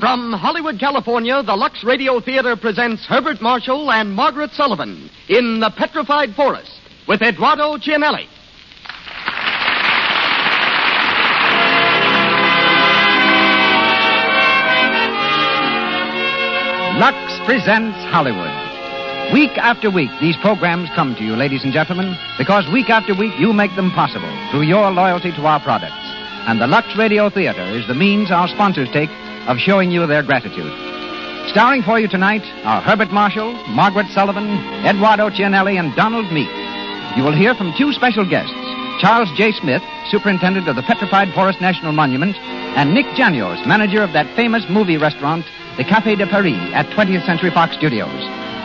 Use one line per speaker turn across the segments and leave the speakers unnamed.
From Hollywood, California, the Lux Radio Theater presents Herbert Marshall and Margaret Sullivan in The Petrified Forest with Eduardo Gianelli.
Lux presents Hollywood. Week after week, these programs come to you, ladies and gentlemen, because week after week you make them possible through your loyalty to our products. And the Lux Radio Theater is the means our sponsors take of showing you their gratitude. Starring for you tonight are Herbert Marshall, Margaret Sullivan, Eduardo Cianelli, and Donald Meek. You will hear from two special guests Charles J. Smith, superintendent of the Petrified Forest National Monument, and Nick Janios, manager of that famous movie restaurant, the Cafe de Paris, at 20th Century Fox Studios.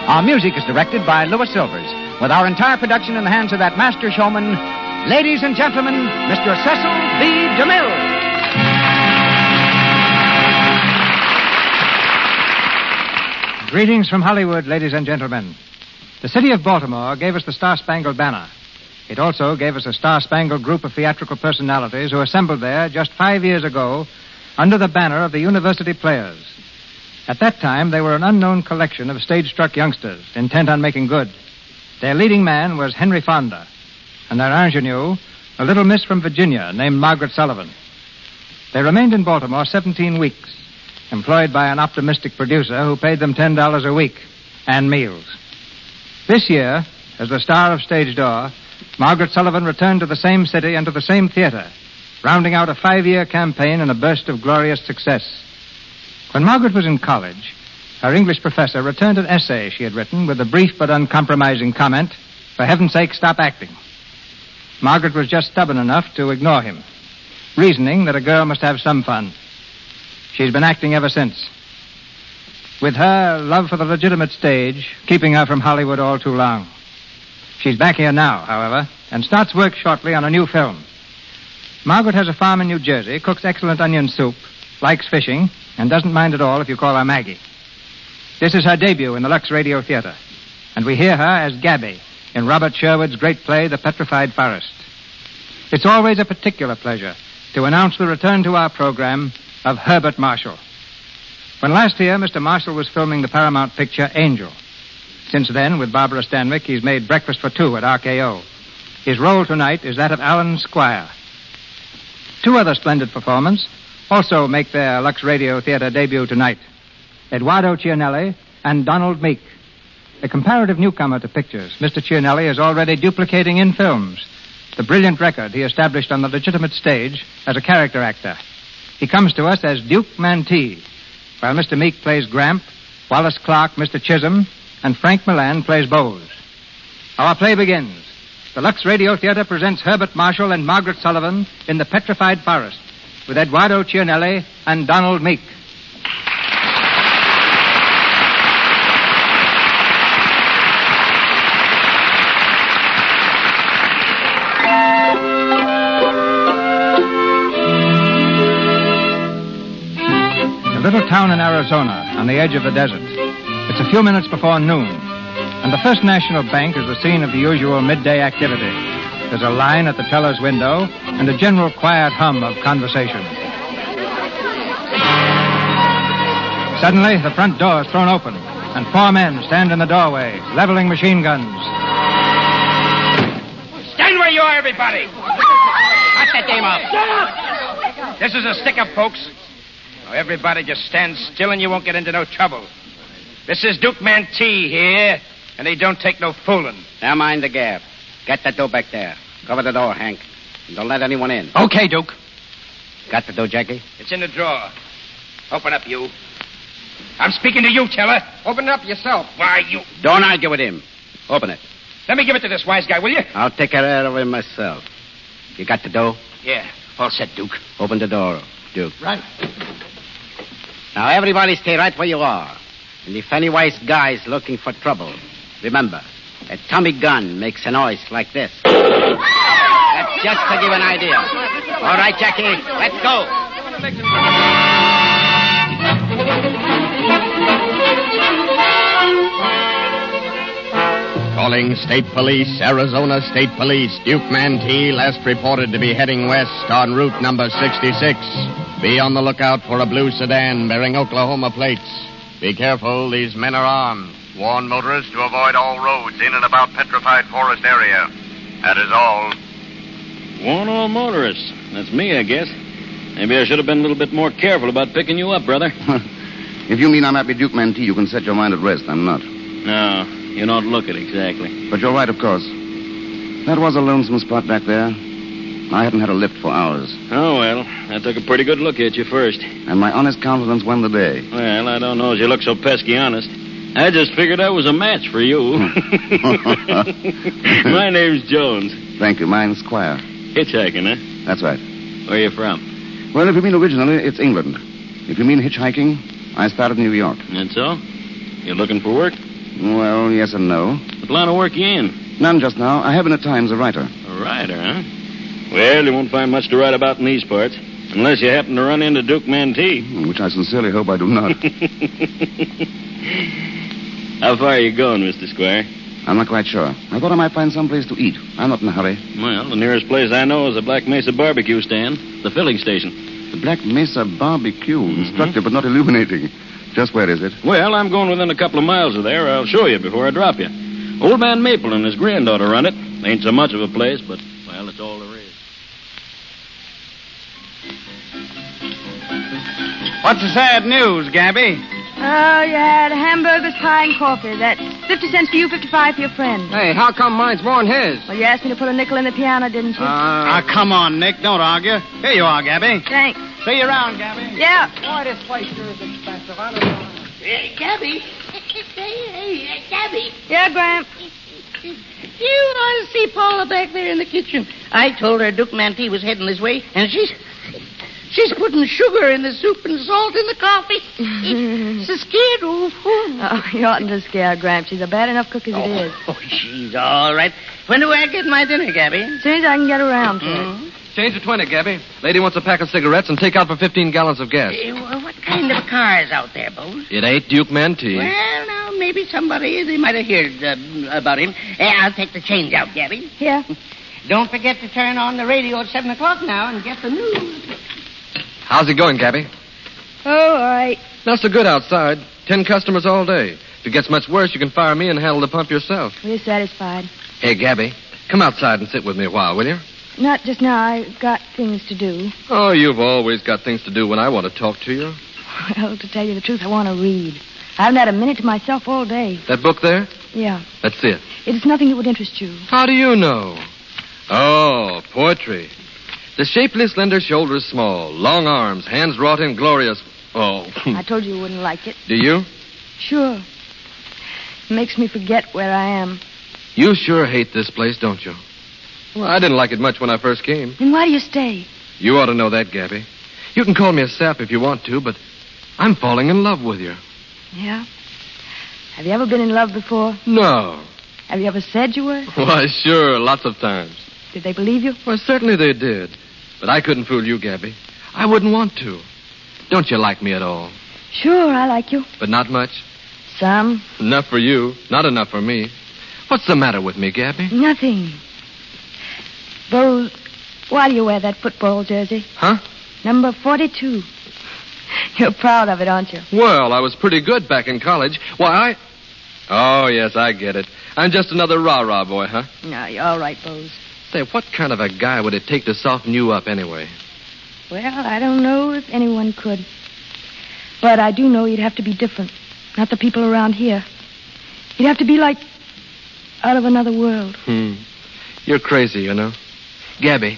Our music is directed by Louis Silvers, with our entire production in the hands of that master showman, ladies and gentlemen, Mr. Cecil B. DeMille. Greetings from Hollywood, ladies and gentlemen. The city of Baltimore gave us the Star Spangled Banner. It also gave us a star spangled group of theatrical personalities who assembled there just five years ago under the banner of the University Players. At that time, they were an unknown collection of stage struck youngsters intent on making good. Their leading man was Henry Fonda, and their ingenue, a little miss from Virginia named Margaret Sullivan. They remained in Baltimore 17 weeks, employed by an optimistic producer who paid them $10 a week and meals. This year, as the star of Stage Door, Margaret Sullivan returned to the same city and to the same theater, rounding out a five year campaign in a burst of glorious success. When Margaret was in college, her English professor returned an essay she had written with a brief but uncompromising comment For heaven's sake, stop acting. Margaret was just stubborn enough to ignore him, reasoning that a girl must have some fun. She's been acting ever since. With her love for the legitimate stage, keeping her from Hollywood all too long. She's back here now, however, and starts work shortly on a new film. Margaret has a farm in New Jersey, cooks excellent onion soup, likes fishing, and doesn't mind at all if you call her Maggie. This is her debut in the Lux Radio Theater, and we hear her as Gabby in Robert Sherwood's great play, The Petrified Forest. It's always a particular pleasure to announce the return to our program of Herbert Marshall. When last year Mr. Marshall was filming the Paramount picture Angel, since then, with Barbara Stanwyck, he's made breakfast for two at RKO. His role tonight is that of Alan Squire. Two other splendid performers also make their Lux Radio Theater debut tonight Eduardo Cianelli and Donald Meek. A comparative newcomer to pictures, Mr. Cianelli is already duplicating in films the brilliant record he established on the legitimate stage as a character actor. He comes to us as Duke Mantee, while Mr. Meek plays Gramp, Wallace Clark, Mr. Chisholm, and Frank Milan plays Bose. Our play begins. The Lux Radio Theater presents Herbert Marshall and Margaret Sullivan in The Petrified Forest with Eduardo Cianelli and Donald Meek. A little town in Arizona on the edge of the desert. It's a few minutes before noon, and the First National Bank is the scene of the usual midday activity. There's a line at the teller's window and a general quiet hum of conversation. Suddenly, the front door is thrown open, and four men stand in the doorway, leveling machine guns.
Stand where you are, everybody! Cut that game off! This is a stick up, folks. Now, everybody just stand still and you won't get into no trouble. This is Duke Mantee here, and he don't take no fooling.
Now mind the gap. Get that door back there. Cover the door, Hank. And don't let anyone in.
Okay, Duke.
Got the door, Jackie?
It's in the drawer. Open up, you. I'm speaking to you, teller. Open it up yourself. Why, you.
Don't argue with him. Open it.
Let me give it to this wise guy, will you?
I'll take care of him myself. You got the door?
Yeah. All set, Duke.
Open the door, Duke.
Right.
Now everybody stay right where you are. And if any wise guy's looking for trouble, remember, a Tommy gun makes a noise like this. That's just to give an idea. All right, Jackie, let's go.
Calling State Police, Arizona State Police. Duke Mantee, last reported to be heading west on route number 66.
Be on the lookout for a blue sedan bearing Oklahoma plates. Be careful, these men are armed. Warn motorists to avoid all roads in and about Petrified Forest area. That is all.
One all motorists. That's me, I guess. Maybe I should have been a little bit more careful about picking you up, brother.
if you mean I might be Duke Mantee, you can set your mind at rest. I'm not.
No, you don't look it exactly.
But you're right, of course. That was a lonesome spot back there. I haven't had a lift for hours,
Oh, well, I took a pretty good look at you first.
and my honest countenance won the day.
Well, I don't know as you look so pesky honest. I just figured I was a match for you. My name's Jones.
Thank you. Mine's Squire.
Hitchhiking, huh?
That's right.
Where you from?
Well, if you mean originally, it's England. If you mean hitchhiking, I started in New York.
That's all? You looking for work?
Well, yes and no.
What line of work you in?
None just now. I have been at times a writer.
A rider, huh? Well, you won't find much to write about in these parts. Unless you happen to run into Duke Mantee.
Which I sincerely hope I do not.
How far are you going, Mr. Squire?
I'm not quite sure. I thought I might find some place to eat. I'm not in a hurry.
Well, the nearest place I know is the Black Mesa barbecue stand, the filling station.
The Black Mesa Barbecue. Instructive but not illuminating. Just where is it?
Well, I'm going within a couple of miles of there. I'll show you before I drop you. Old man Maple and his granddaughter run it. Ain't so much of a place, but, well, it's all there is.
What's the sad news, Gabby?
Oh, you had hamburgers, pie, and coffee. That's 50 cents for you, 55 for your friend.
Hey, how come mine's more'n his? Uh,
Well, you asked me to put a nickel in the piano, didn't you?
Ah, come on, Nick. Don't argue. Here you are, Gabby.
Thanks.
See you around, Gabby.
Yeah.
Hey, Uh, Gabby. Hey, hey, Gabby.
Yeah, Graham.
You ought to see Paula back there in the kitchen. I told her Duke Mantee was heading this way, and she's. She's putting sugar in the soup and salt in the coffee. she's scared. Ooh, ooh.
Oh, you oughtn't to scare her, Gramps. She's a bad enough cook as it is.
Oh, she's all right. When do I get my dinner, Gabby? Mm-hmm.
As soon as I can get around to it.
Change to 20, Gabby. Lady wants a pack of cigarettes and take out for 15 gallons of gas.
Eh, wh- What kind of a car is out there, Bose?
It ain't Duke Mantee.
Well, now, maybe somebody, they might have heard uh, about him. Eh, I'll take the change out, Gabby.
Here.
Don't forget to turn on the radio at 7 o'clock now and get the news.
How's it going, Gabby?
Oh, all right.
Not so good outside. Ten customers all day. If it gets much worse, you can fire me and handle the pump yourself.
We're satisfied.
Hey, Gabby, come outside and sit with me a while, will you?
Not just now. I've got things to do.
Oh, you've always got things to do when I want to talk to you.
Well, to tell you the truth, I want to read. I haven't had a minute to myself all day.
That book there?
Yeah.
That's it.
It is nothing that would interest you.
How do you know? Oh, poetry. The shapeless, slender shoulders small, long arms, hands wrought in glorious. Oh,
I told you you wouldn't like it.
do you?
Sure. Makes me forget where I am.
You sure hate this place, don't you? Well, I didn't like it much when I first came.
Then why do you stay?
You ought to know that, Gabby. You can call me a sap if you want to, but I'm falling in love with you.
Yeah. Have you ever been in love before?
No.
Have you ever said you were?
Why, sure, lots of times.
Did they believe you?
Well, certainly they did. But I couldn't fool you, Gabby. I wouldn't want to. Don't you like me at all?
Sure, I like you.
But not much?
Some.
Enough for you, not enough for me. What's the matter with me, Gabby?
Nothing. Bose, why do you wear that football jersey?
Huh?
Number 42. You're proud of it, aren't you?
Well, I was pretty good back in college. Why, I. Oh, yes, I get it. I'm just another rah rah boy, huh?
No, you're all right, Bose.
Say, what kind of a guy would it take to soften you up anyway?
Well, I don't know if anyone could. But I do know you'd have to be different. Not the people around here. You'd have to be like out of another world.
Hmm. You're crazy, you know. Gabby,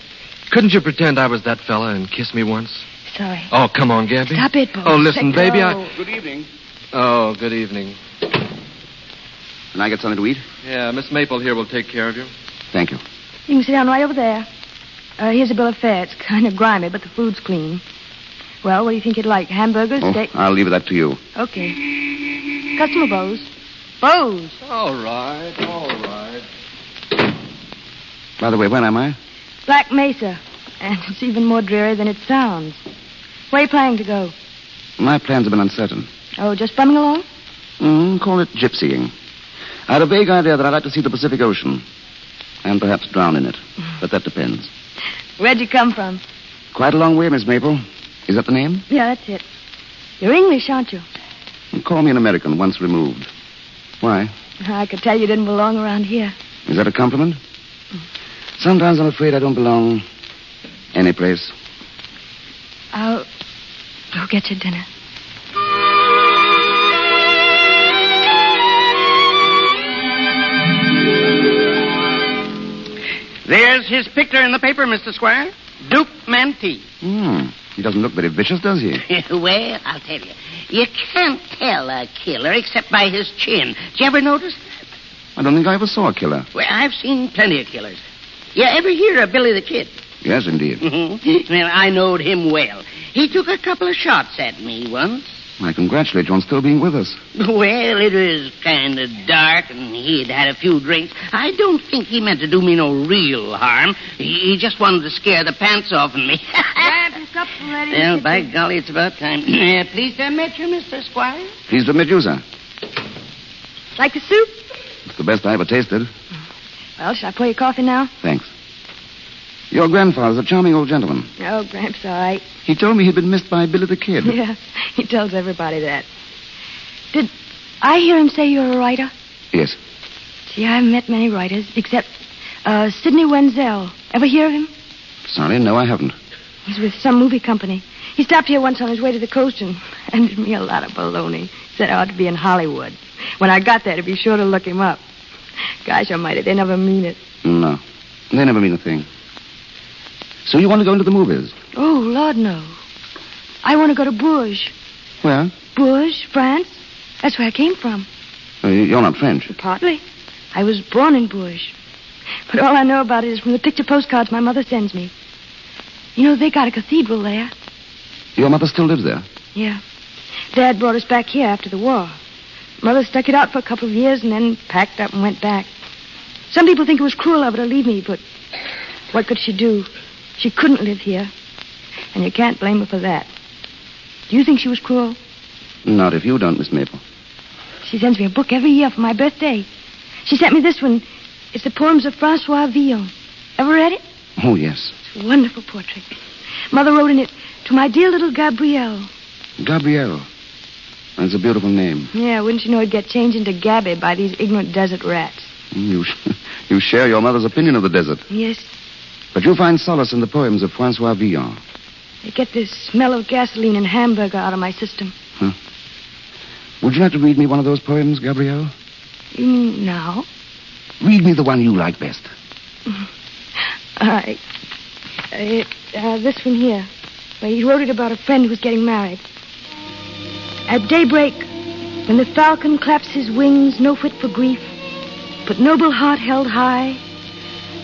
couldn't you pretend I was that fella and kiss me once?
Sorry.
Oh, come on, Gabby.
Stop it, Bose.
Oh, listen,
Let
baby,
go.
I. Oh, good evening.
Can I get something to eat?
Yeah, Miss Maple here will take care of you.
Thank you.
You can sit down right over there. Uh, here's a bill of fare. It's kind of grimy, but the food's clean. Well, what do you think you'd like? Hamburgers,
Oh,
steak?
I'll leave that to you.
Okay. Customer Bose. Bose.
All right, all right.
By the way, when am I?
Black Mesa. And it's even more dreary than it sounds. Where are you planning to go?
My plans have been uncertain.
Oh, just bumming along?
Mm, call it gypsying. I had a vague idea that I'd like to see the Pacific Ocean. And perhaps drown in it. But that depends.
Where'd you come from?
Quite a long way, Miss Maple. Is that the name?
Yeah, that's it. You're English, aren't you?
Call me an American once removed. Why?
I could tell you didn't belong around here.
Is that a compliment? Sometimes I'm afraid I don't belong any place.
I'll go get your dinner.
There's his picture in the paper, Mr. Squire. Duke Mantee.
Hmm. He doesn't look very vicious, does he?
well, I'll tell you. You can't tell a killer except by his chin. Did you ever notice?
I don't think I ever saw a killer.
Well, I've seen plenty of killers. You ever hear of Billy the Kid?
Yes, indeed.
Mhm. well, I knowed him well. He took a couple of shots at me once.
I congratulate you on still being with us.
Well, it was kind of dark, and he'd had a few drinks. I don't think he meant to do me no real harm. He, he just wanted to scare the pants off of me.
Grab your supper ready.
well, by golly, it's about time. Uh, Pleased to meet you, Mr. Squire.
He's the Medusa.
Like the soup?
It's the best I ever tasted.
Well, should I pour you coffee now?
Thanks. Your grandfather's a charming old gentleman.
Oh, Gramps, all right.
He told me he'd been missed by Billy the Kid.
Yeah, he tells everybody that. Did I hear him say you're a writer?
Yes.
Gee, I haven't met many writers, except uh, Sidney Wenzel. Ever hear of him?
Sorry, no, I haven't.
He's with some movie company. He stopped here once on his way to the coast and handed me a lot of baloney. Said I ought to be in Hollywood. When I got there, to be sure to look him up. Gosh almighty, they never mean it.
No. They never mean a thing. So you want to go into the movies?
Oh, Lord, no. I want to go to Bourges.
Where?
Bourges, France? That's where I came from.
Uh, You're not French.
Partly. I was born in Bourges. But all I know about it is from the picture postcards my mother sends me. You know, they got a cathedral there.
Your mother still lives there.
Yeah. Dad brought us back here after the war. Mother stuck it out for a couple of years and then packed up and went back. Some people think it was cruel of her to leave me, but what could she do? She couldn't live here. And you can't blame her for that. Do you think she was cruel?
Not if you don't, Miss Maple.
She sends me a book every year for my birthday. She sent me this one. It's the poems of Francois Villon. Ever read it?
Oh, yes.
It's a wonderful portrait. Mother wrote in it, To my dear little Gabrielle.
Gabrielle. That's a beautiful name.
Yeah, wouldn't you know it'd get changed into Gabby by these ignorant desert rats?
Mm, You, sh- you share your mother's opinion of the desert.
Yes,
But you find solace in the poems of Francois Villon.
they get the smell of gasoline and hamburger out of my system.
Would you like to read me one of those poems, Gabrielle?
You mean now?
Read me the one you like best.
All right. Uh, uh, this one here. Well, he wrote it about a friend who's getting married. At daybreak, when the falcon claps his wings, no fit for grief, but noble heart held high,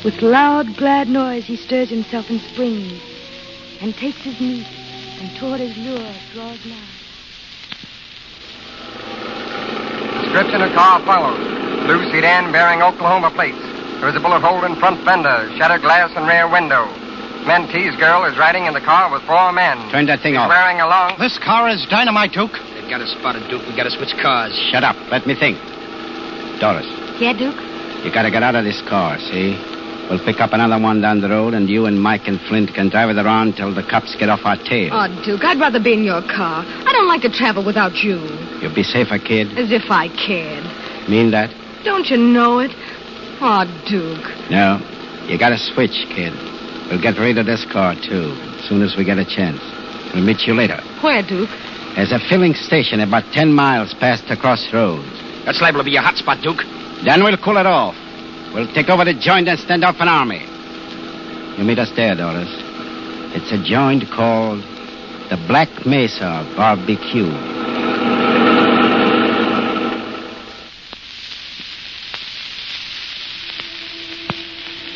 with loud, glad noise he stirs himself in spring, and takes his meat, and toward his lure draws nigh.
Description of car follows. Blue sedan bearing Oklahoma plates. There is a bullet hole in front fender, shattered glass and rear window. Mentee's girl is riding in the car with four men.
Turn that thing off.
Swearing along.
This car is dynamite, Duke. They've got us spotted, Duke. We've got to switch cars.
Shut up. Let me think. Doris,
Yeah, Duke?
you gotta get out of this car, see? We'll pick up another one down the road, and you and Mike and Flint can drive it around till the cops get off our tail.
Oh, Duke, I'd rather be in your car. I don't like to travel without you.
You'll be safer, kid.
As if I cared.
Mean that?
Don't you know it? Oh, Duke.
No. You gotta switch, kid. We'll get rid of this car, too, as soon as we get a chance. We'll meet you later.
Where, Duke?
There's a filling station about ten miles past the crossroads.
That's liable to be your hot spot, Duke.
Then we'll cool it off. We'll take over the joint and stand off an army. You meet us there, Doris. It's a joint called the Black Mesa Barbecue.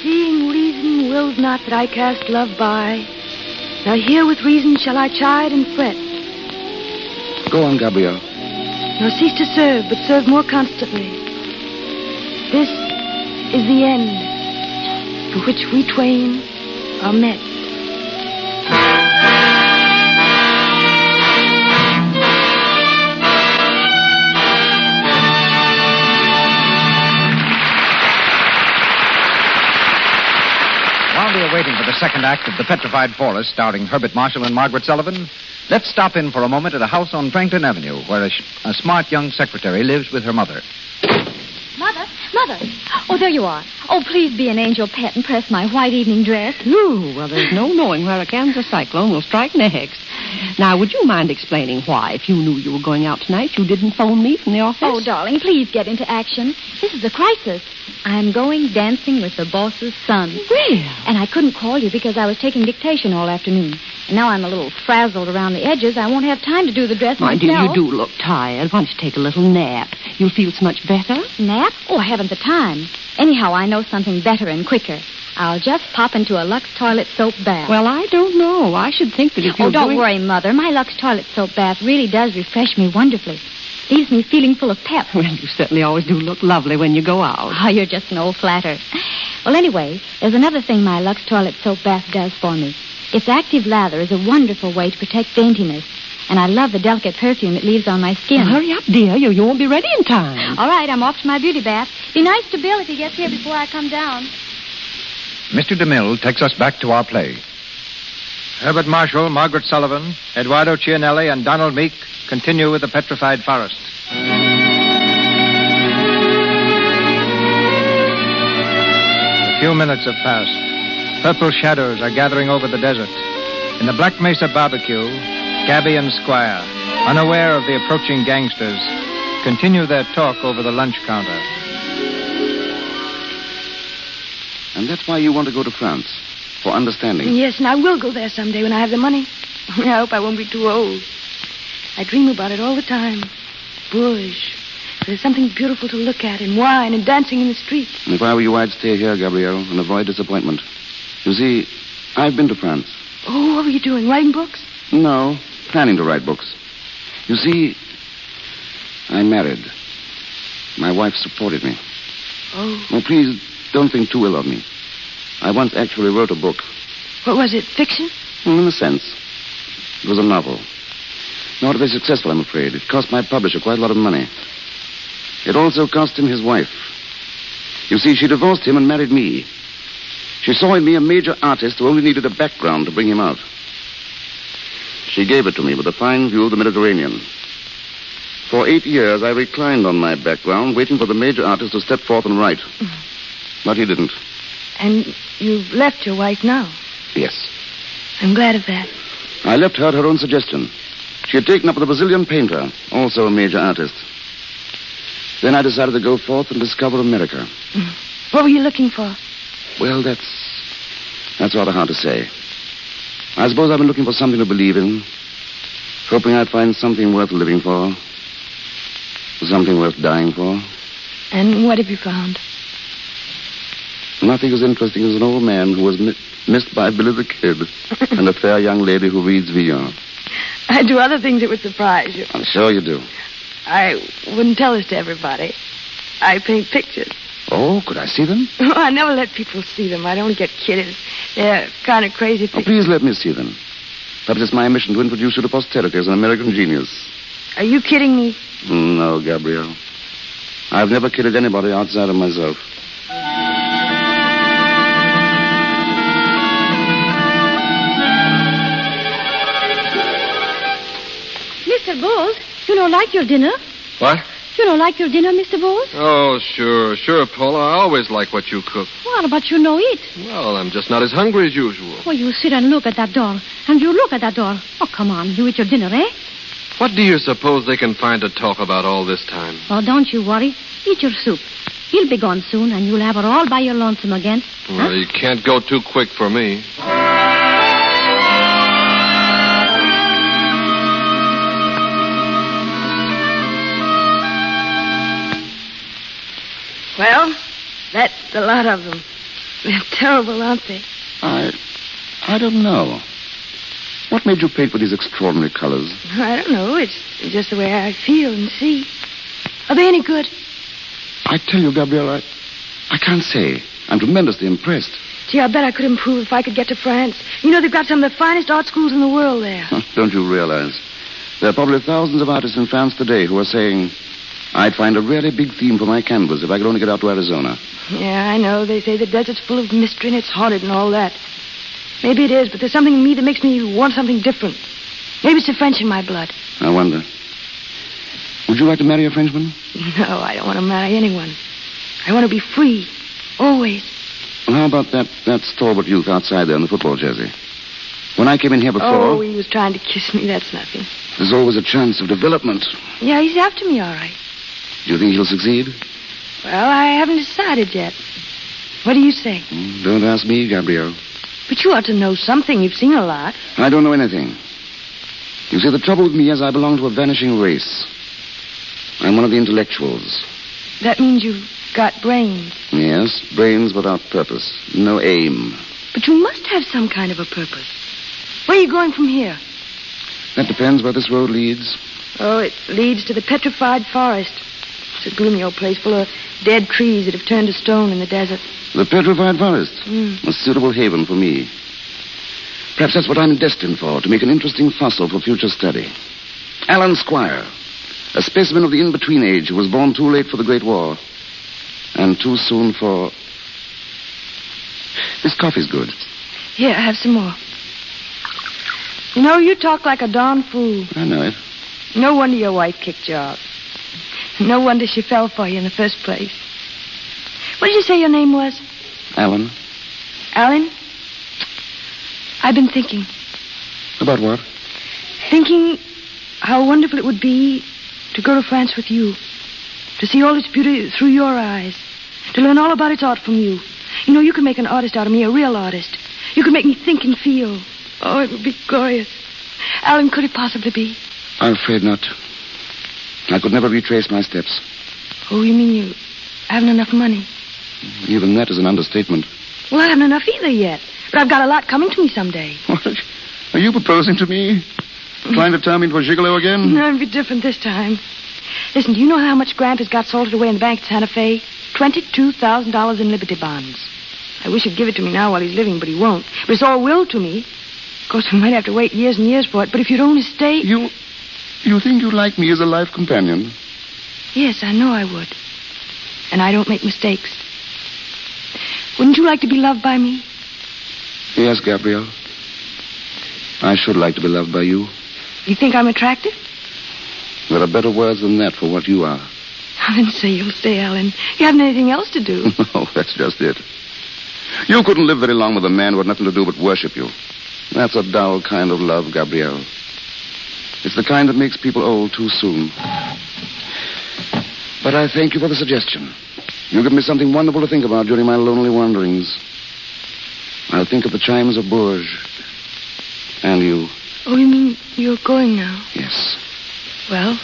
Seeing reason wills not that I cast love by. Now here with reason shall I chide and fret,
Go on, Gabrielle.
nor cease to serve, but serve more constantly. This is the end for which we twain are met.
While we are waiting for the
second act of The Petrified Forest, starring Herbert Marshall and Margaret Sullivan, let's stop in for a moment at a house on Franklin Avenue where a, sh- a smart young secretary lives with her mother.
Mother, Mother. Oh, there you are. Oh, please be an angel pet and press my white evening dress.
Ooh, well, there's no knowing where a Kansas cyclone will strike next. Now, would you mind explaining why, if you knew you were going out tonight, you didn't phone me from the office?
Oh, darling, please get into action. This is a crisis. I'm going dancing with the boss's son.
Really?
And I couldn't call you because I was taking dictation all afternoon. And now I'm a little frazzled around the edges. I won't have time to do the dress
My
myself.
dear, you do look tired. Why don't you take a little nap? You'll feel so much better.
Nap? Oh, I haven't the time. Anyhow, I know something better and quicker. I'll just pop into a Lux toilet soap bath.
Well, I don't know. I should think that if you're
Oh, don't
going-
worry, Mother. My Lux toilet soap bath really does refresh me wonderfully. Leaves me feeling full of pep.
Well, you certainly always do look lovely when you go out.
Oh, you're just an old flatter. Well, anyway, there's another thing my Lux toilet soap bath does for me. Its active lather is a wonderful way to protect daintiness, and I love the delicate perfume it leaves on my skin.
Well, hurry up, dear. You, you won't be ready in time.
All right, I'm off to my beauty bath. Be nice to Bill if he gets here before I come down.
Mr. DeMille takes us back to our play.
Herbert Marshall, Margaret Sullivan, Eduardo Cianelli, and Donald Meek continue with the Petrified Forest. A few minutes have passed. Purple shadows are gathering over the desert. In the Black Mesa barbecue, Gabby and Squire, unaware of the approaching gangsters, continue their talk over the lunch counter.
And that's why you want to go to France. For understanding.
Yes, and I will go there someday when I have the money. I hope I won't be too old. I dream about it all the time. Bourges. There's something beautiful to look at, and wine, and dancing in the streets.
And if I were you, I'd stay here, Gabrielle, and avoid disappointment. You see, I've been to France.
Oh, what were you doing? Writing books?
No, planning to write books. You see, I married. My wife supported me.
Oh,
Now, please don't think too ill of me. I once actually wrote a book,
what was it? Fiction?
Hmm, in a sense. It was a novel. Not very successful, I'm afraid. It cost my publisher quite a lot of money. It also cost him his wife. You see, she divorced him and married me. She saw in me a major artist who only needed a background to bring him out. She gave it to me with a fine view of the Mediterranean. For eight years, I reclined on my background, waiting for the major artist to step forth and write. But he didn't.
And you've left your wife now.
Yes.
I'm glad of that.
I left her at her own suggestion. She had taken up with a Brazilian painter, also a major artist. Then I decided to go forth and discover America.
What were you looking for?
Well, that's that's rather hard to say. I suppose I've been looking for something to believe in, hoping I'd find something worth living for, something worth dying for.
And what have you found?
Nothing as interesting as an old man who was mi- missed by Billy the Kid and a fair young lady who reads Villon.
I do other things that would surprise you.
I'm sure you do.
I wouldn't tell this to everybody. I paint pictures.
Oh, could I see them?
I never let people see them. I'd only get kiddies. They're kind of crazy
Oh,
things.
please let me see them. Perhaps it's my mission to introduce you to posterity as an American genius.
Are you kidding me?
No, Gabrielle. I've never kidded anybody outside of myself.
Mr. Bowles, you don't like your dinner?
What?
You don't like your dinner, Mr. Bowles?
Oh, sure, sure, Paula. I always like what you cook.
Well, but you know it.
Well, I'm just not as hungry as usual.
Well, you sit and look at that door. And you look at that door. Oh, come on. You eat your dinner, eh?
What do you suppose they can find to talk about all this time?
Oh, don't you worry. Eat your soup. He'll be gone soon, and you'll have her all by your lonesome again.
Well, you can't go too quick for me.
Well, that's a lot of them. They're terrible, aren't they?
I. I don't know. What made you paint with these extraordinary colors?
I don't know. It's just the way I feel and see. Are they any good?
I tell you, Gabrielle, I. I can't say. I'm tremendously impressed.
Gee, I bet I could improve if I could get to France. You know, they've got some of the finest art schools in the world there.
Don't you realize? There are probably thousands of artists in France today who are saying, I'd find a really big theme for my canvas if I could only get out to Arizona.
Yeah, I know. They say the desert's full of mystery and it's haunted and all that. Maybe it is, but there's something in me that makes me want something different. Maybe it's the French in my blood.
I wonder. Would you like to marry a Frenchman?
No, I don't want to marry anyone. I want to be free. Always.
Well, how about that, that stalwart youth outside there in the football jersey? When I came in here
Oh,
before,
he was trying to kiss me. That's nothing.
there's always a chance of development.
Yeah, he's after me, all right.
Do you think he'll succeed?
Well, I haven't decided yet. What do you say?
Don't ask me, Gabrielle.
But you ought to know something. You've seen a lot.
I don't know anything. You see, the trouble with me is I belong to a vanishing race. I'm one of the intellectuals.
That means you've got brains.
Yes, brains without purpose, no aim.
But you must have some kind of a purpose. Where are you going from here?
That depends where this road leads.
Oh, it leads to the petrified forest. It's a gloomy old place full of dead trees that have turned to stone in the desert.
The petrified forest.
Mm.
A suitable haven for me. Perhaps that's what I'm destined for, to make an interesting fossil for future study. Alan Squire, a specimen of the in-between age who was born too late for the Great War and too soon for... This coffee's good.
Here, have some more. You know, you talk like a darn fool.
I know it.
No wonder your wife kicked you out. No wonder she fell for you in the first place. What did you say your name was?
Alan,
Alan? I've been thinking.
about what?
Thinking how wonderful it would be to go to France with you. To see all its beauty through your eyes. To learn all about its art from you. You know, you can make an artist out of me, a real artist. You can make me think and feel. Oh, it would be glorious. Alan, could it possibly be?
I'm afraid not. I could never retrace my steps.
Oh, you mean you haven't enough money?
Even that is an understatement.
Well, I haven't enough either yet. But I've got a lot coming to me someday.
What? Are you proposing to me? Trying to turn me into a gigolo again?
No, it'll be different this time. Listen, do you know how much Grant has got salted away in the bank at Santa Fe? $22,000 in Liberty bonds. I wish he'd give it to me now while he's living, but he won't. But it's all will to me. Of course, we might have to wait years and years for it, but if you'd only stay.
You. You think you like me as a life companion?
Yes, I know I would. And I don't make mistakes. Wouldn't you like to be loved by me?
Yes, Gabrielle. I should like to be loved by you.
You think I'm attractive?
There are better words than that for what you are.
I didn't say you'll stay, Alan. You haven't anything else to do.
no, Oh, that's just it. You couldn't live very long with a man who had nothing to do but worship you. That's a dull kind of love, Gabrielle. It's the kind that makes people old too soon. But I thank you for the suggestion. You give me something wonderful to think about during my lonely wanderings. I'll think of the chimes of Bourges. And you.
Oh, you mean you're going now?
Yes.
Well,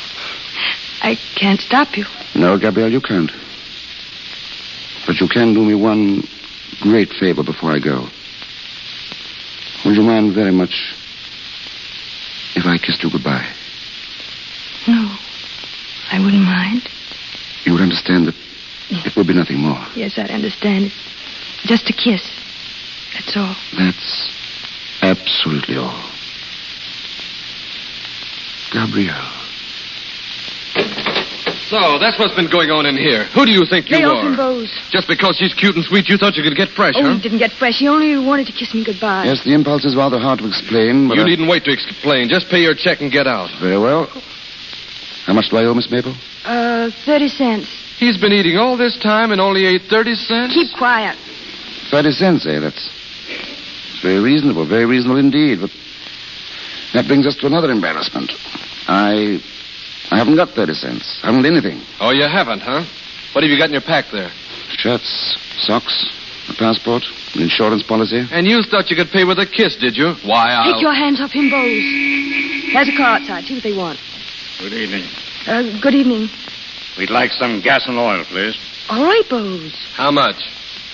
I can't stop you.
No, Gabrielle, you can't. But you can do me one great favor before I go. Would you mind very much if I kissed you goodbye?
No, I wouldn't mind.
You would understand that it would be nothing more.
Yes, I'd understand it. Just a kiss. That's all.
That's absolutely all. Gabrielle.
So, that's what's been going on in here. Who do you think you
they
are?
open bows.
Just because she's cute and sweet, you thought you could get fresh,
oh,
huh?
he didn't get fresh. He only wanted to kiss me goodbye.
Yes, the impulse is rather hard to explain, but.
you
I-
needn't wait to explain. Just pay your check and get out.
Very well. How much do I owe, Miss Maple?
Uh, 30 cents.
He's been eating all this time and only ate 30 cents?
Keep quiet.
Thirty cents, eh? That's it's very reasonable, very reasonable indeed. But that brings us to another embarrassment. I I haven't got thirty cents. I haven't anything.
Oh, you haven't, huh? What have you got in your pack there?
Shirts, socks, a passport, an insurance policy.
And you thought you could pay with a kiss, did you? Why, I'll...
Take your hands off him, Bose. There's a car outside. See what they want.
Good evening.
Uh, good evening.
We'd like some gas and oil, please.
All right, Bose.
How much?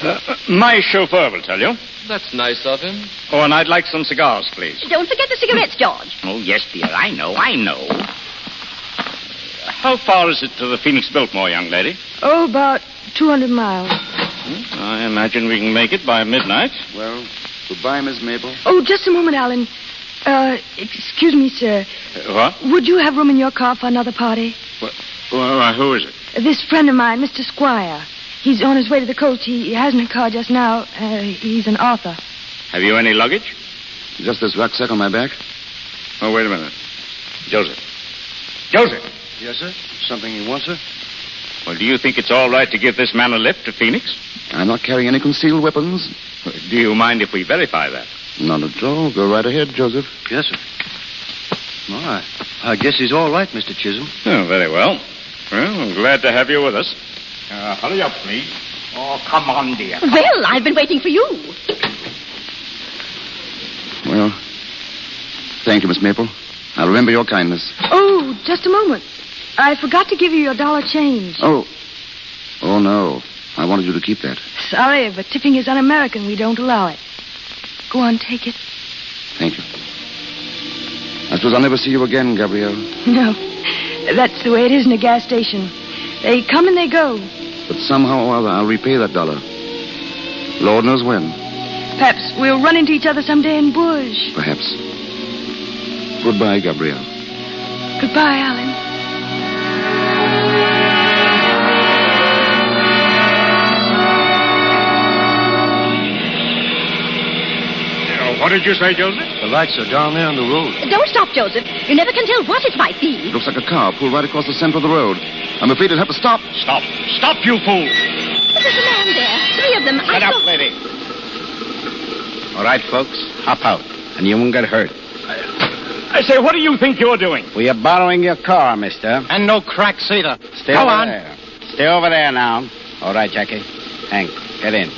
Uh, uh, my chauffeur will tell you.
That's nice of him.
Oh, and I'd like some cigars, please.
Don't forget the cigarettes, George.
Oh, yes, dear. I know. I know. How far is it to the Phoenix Biltmore, young lady?
Oh, about 200 miles.
I imagine we can make it by midnight.
Well, goodbye, Miss Maple.
Oh, just a moment, Alan. Uh, excuse me, sir.
Uh, what?
Would you have room in your car for another party?
Well, uh, who is it?
This friend of mine, Mr. Squire. He's on his way to the coast. He hasn't a car just now. Uh, he's an author.
Have you any luggage?
Just this rucksack on my back?
Oh, wait a minute. Joseph. Joseph!
Yes, sir? Something you want, sir?
Well, do you think it's all right to give this man a lift to Phoenix?
I'm not carrying any concealed weapons.
Do you mind if we verify that?
None at all. Go right ahead, Joseph.
Yes, sir. My. I guess he's all right, Mr. Chisholm.
Oh, very well. Well, I'm glad to have you with us. Uh, hurry up, please. Oh, come on, dear.
Well, I've been waiting for you.
Well, thank you, Miss Maple. I'll remember your kindness.
Oh, just a moment. I forgot to give you your dollar change.
Oh. Oh, no. I wanted you to keep that.
Sorry, but tipping is un American. We don't allow it. Go on, take it.
Thank you. I suppose I'll never see you again, Gabrielle.
No. That's the way it is in a gas station. They come and they go.
But somehow or other, I'll repay that dollar. Lord knows when,
Perhaps we'll run into each other someday in Bush.
perhaps. Goodbye, Gabrielle.
Goodbye, Alan.
what did you say, Joseph?
The lights are down there on the road.
Don't stop, Joseph. You never can tell what it might be.
Looks like a car pulled right across the center of the road. I'm afraid it'll have to stop.
Stop. Stop, you fool.
But there's a man there. Three of them.
Shut
I
up,
saw-
lady. All right, folks, hop out, and you won't get hurt.
I say, what do you think you're doing?
We are borrowing your car, mister.
And no cracks either.
Stay
Go
over
on.
there. Stay over there now. All right, Jackie. Hank, get in.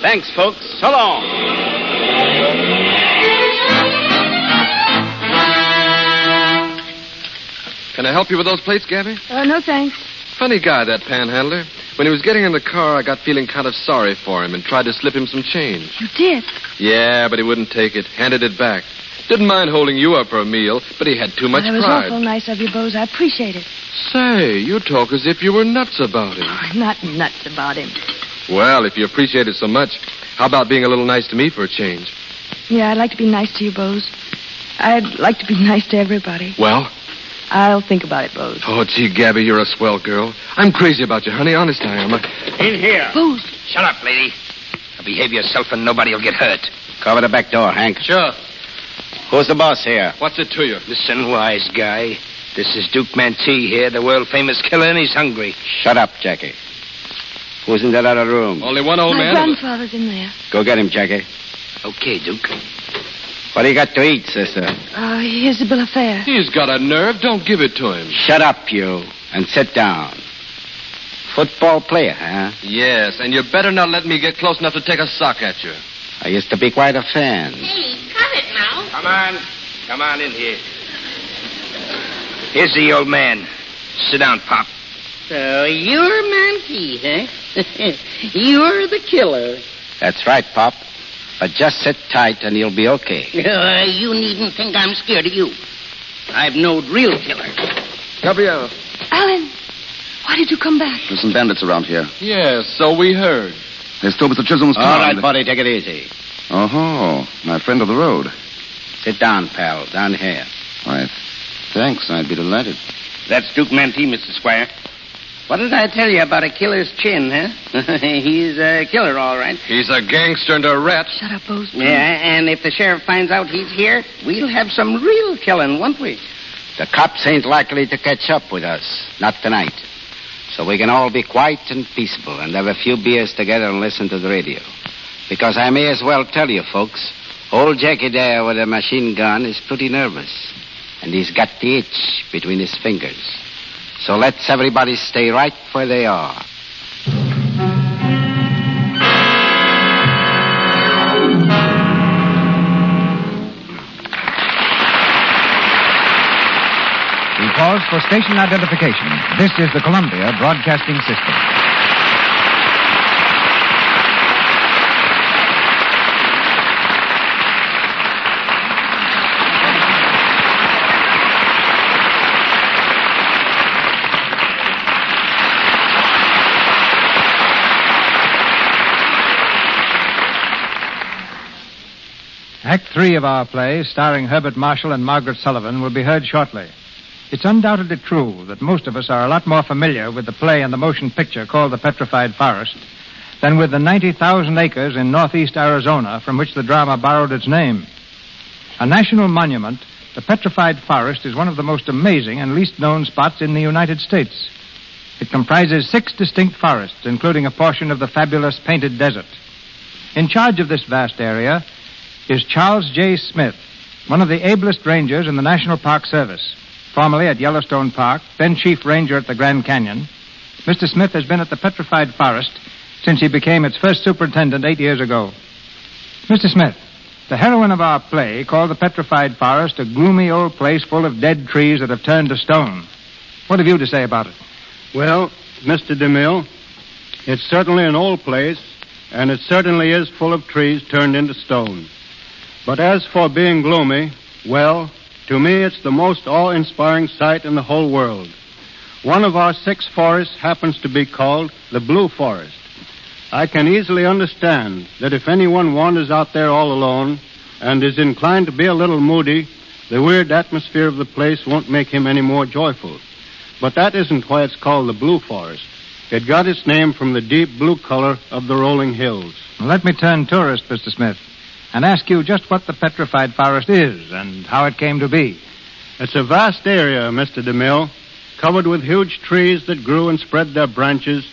Thanks, folks. So long.
Can I help you with those plates, Gabby?
Oh, no thanks.
Funny guy, that panhandler. When he was getting in the car, I got feeling kind of sorry for him and tried to slip him some change.
You did?
Yeah, but he wouldn't take it. Handed it back. Didn't mind holding you up for a meal, but he had too much
that was
pride.
awful nice of you, Bose. I appreciate it.
Say, you talk as if you were nuts about him.
I'm not nuts about him.
Well, if you appreciate it so much, how about being a little nice to me for a change?
Yeah, I'd like to be nice to you, Bose. I'd like to be nice to everybody.
Well?
I'll think about it, Bose.
Oh, gee, Gabby, you're a swell girl. I'm crazy about you, honey. Honest I am.
In here.
Bose.
Shut up, lady. Now behave yourself and nobody will get hurt.
Cover the back door, Hank.
Sure.
Who's the boss here?
What's it to you?
Listen, wise guy. This is Duke Mantee here, the world famous killer, and he's hungry.
Shut up, Jackie. Who's in that other room?
Only one old
My grandfather's in there.
Go get him, Jackie.
Okay, Duke.
What do you got to eat, sister?
Uh, here's the bill of fare.
He's got a nerve. Don't give it to him.
Shut up, you, and sit down. Football player, huh?
Yes, and you better not let me get close enough to take a sock at you.
I used to be quite a fan.
Cut it now.
Come on. Come on in here. Here's the old man. Sit down, Pop.
So you're Mankey, huh? you're the killer.
That's right, Pop. But just sit tight and you'll be okay.
Uh, you needn't think I'm scared of you. I've no real killer.
Gabrielle.
Alan, why did you come back?
There's some bandits around here.
Yes, so we heard.
They stole Mr. Chisholm's car.
Ah,
All right, buddy, take it easy.
Oh, ho. My friend of the road.
Sit down, pal, down here.
Why, thanks. I'd be delighted.
That's Duke Mantee, Mr. Squire.
What did I tell you about a killer's chin, huh? he's a killer, all right.
He's a gangster and a rat.
Shut up, Bose.
Yeah, and if the sheriff finds out he's here, we'll have some real killing, won't we?
The cops ain't likely to catch up with us, not tonight. So we can all be quiet and peaceable and have a few beers together and listen to the radio. Because I may as well tell you, folks, old Jackie there with a machine gun is pretty nervous. And he's got the itch between his fingers. So let's everybody stay right where they are.
We pause for station identification. This is the Columbia Broadcasting System. Act three of our play, starring Herbert Marshall and Margaret Sullivan, will be heard shortly. It's undoubtedly true that most of us are a lot more familiar with the play and the motion picture called The Petrified Forest than with the 90,000 acres in northeast Arizona from which the drama borrowed its name. A national monument, the Petrified Forest is one of the most amazing and least known spots in the United States. It comprises six distinct forests, including a portion of the fabulous Painted Desert. In charge of this vast area is Charles J. Smith, one of the ablest rangers in the National Park Service, formerly at Yellowstone Park, then chief ranger at the Grand Canyon. Mr. Smith has been at the Petrified Forest since he became its first superintendent eight years ago. Mr. Smith, the heroine of our play called the Petrified Forest a gloomy old place full of dead trees that have turned to stone. What have you to say about it?
Well, Mr. DeMille, it's certainly an old place, and it certainly is full of trees turned into stone. But as for being gloomy, well, to me it's the most awe inspiring sight in the whole world. One of our six forests happens to be called the Blue Forest. I can easily understand that if anyone wanders out there all alone and is inclined to be a little moody, the weird atmosphere of the place won't make him any more joyful. But that isn't why it's called the Blue Forest. It got its name from the deep blue color of the rolling hills.
Let me turn tourist, Mr. Smith, and ask you just what the Petrified Forest is and how it came to be.
It's a vast area, Mr. DeMille, covered with huge trees that grew and spread their branches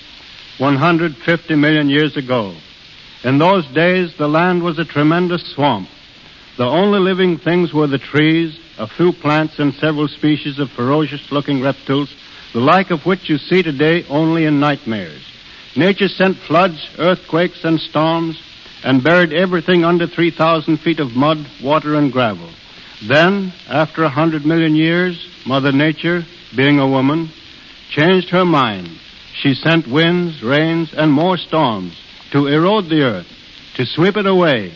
150 million years ago. In those days, the land was a tremendous swamp. The only living things were the trees, a few plants, and several species of ferocious looking reptiles, the like of which you see today only in nightmares. Nature sent floods, earthquakes, and storms, and buried everything under 3,000 feet of mud, water, and gravel. Then, after a hundred million years, Mother Nature, being a woman, changed her mind. She sent winds, rains, and more storms to erode the earth, to sweep it away,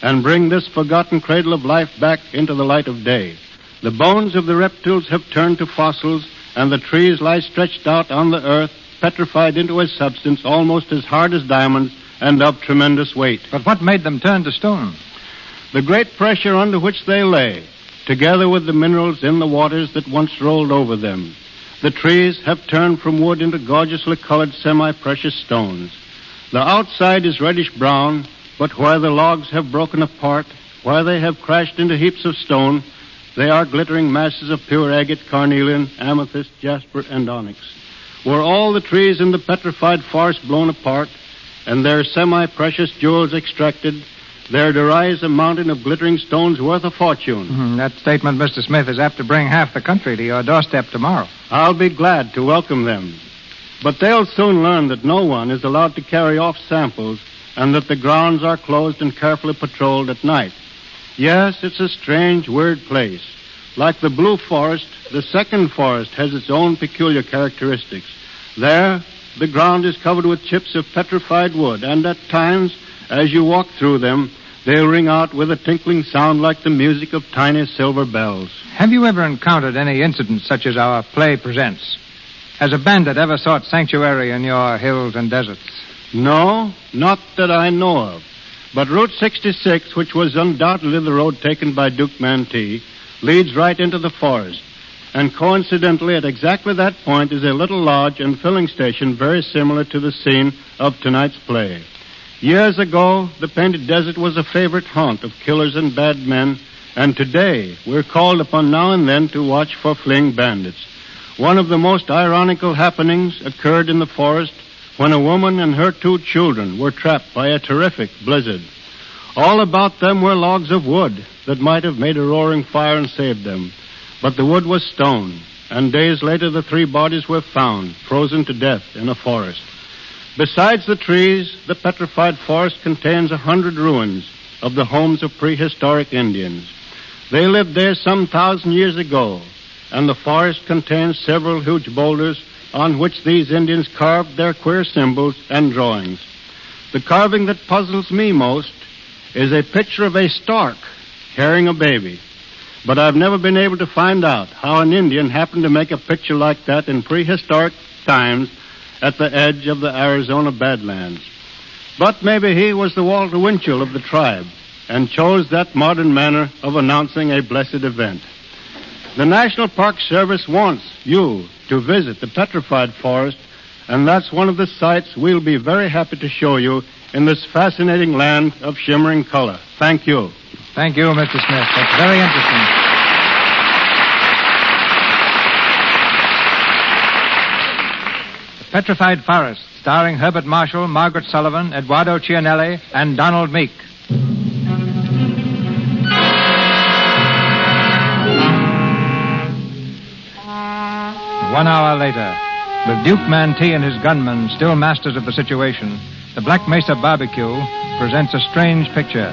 and bring this forgotten cradle of life back into the light of day. The bones of the reptiles have turned to fossils, and the trees lie stretched out on the earth, petrified into a substance almost as hard as diamonds and of tremendous weight.
But what made them turn to stone?
The great pressure under which they lay, together with the minerals in the waters that once rolled over them. The trees have turned from wood into gorgeously colored semi precious stones. The outside is reddish brown, but where the logs have broken apart, where they have crashed into heaps of stone, they are glittering masses of pure agate, carnelian, amethyst, jasper, and onyx. Were all the trees in the petrified forest blown apart, and their semi precious jewels extracted, there derives a mountain of glittering stones worth a fortune.
Hmm, that statement, Mr. Smith, is apt to bring half the country to your doorstep tomorrow.
I'll be glad to welcome them. But they'll soon learn that no one is allowed to carry off samples and that the grounds are closed and carefully patrolled at night. Yes, it's a strange, weird place. Like the Blue Forest, the Second Forest has its own peculiar characteristics. There, the ground is covered with chips of petrified wood, and at times, as you walk through them, they ring out with a tinkling sound like the music of tiny silver bells.
Have you ever encountered any incidents such as our play presents? Has a bandit ever sought sanctuary in your hills and deserts?
No, not that I know of. But Route 66, which was undoubtedly the road taken by Duke Mantee, leads right into the forest. And coincidentally, at exactly that point is a little lodge and filling station very similar to the scene of tonight's play. Years ago, the Painted Desert was a favorite haunt of killers and bad men, and today we're called upon now and then to watch for fleeing bandits. One of the most ironical happenings occurred in the forest when a woman and her two children were trapped by a terrific blizzard. All about them were logs of wood that might have made a roaring fire and saved them, but the wood was stone, and days later the three bodies were found, frozen to death in a forest. Besides the trees, the petrified forest contains a hundred ruins of the homes of prehistoric Indians. They lived there some thousand years ago, and the forest contains several huge boulders on which these Indians carved their queer symbols and drawings. The carving that puzzles me most is a picture of a stork carrying a baby. But I've never been able to find out how an Indian happened to make a picture like that in prehistoric times at the edge of the Arizona Badlands. But maybe he was the Walter Winchell of the tribe and chose that modern manner of announcing a blessed event. The National Park Service wants you to visit the Petrified Forest and that's one of the sights we'll be very happy to show you in this fascinating land of shimmering color. Thank you.
Thank you, Mr. Smith. That's very interesting. The Petrified Forest, starring Herbert Marshall, Margaret Sullivan, Eduardo Cianelli, and Donald Meek. One hour later, with Duke Mantee and his gunmen still masters of the situation, the Black Mesa barbecue presents a strange picture.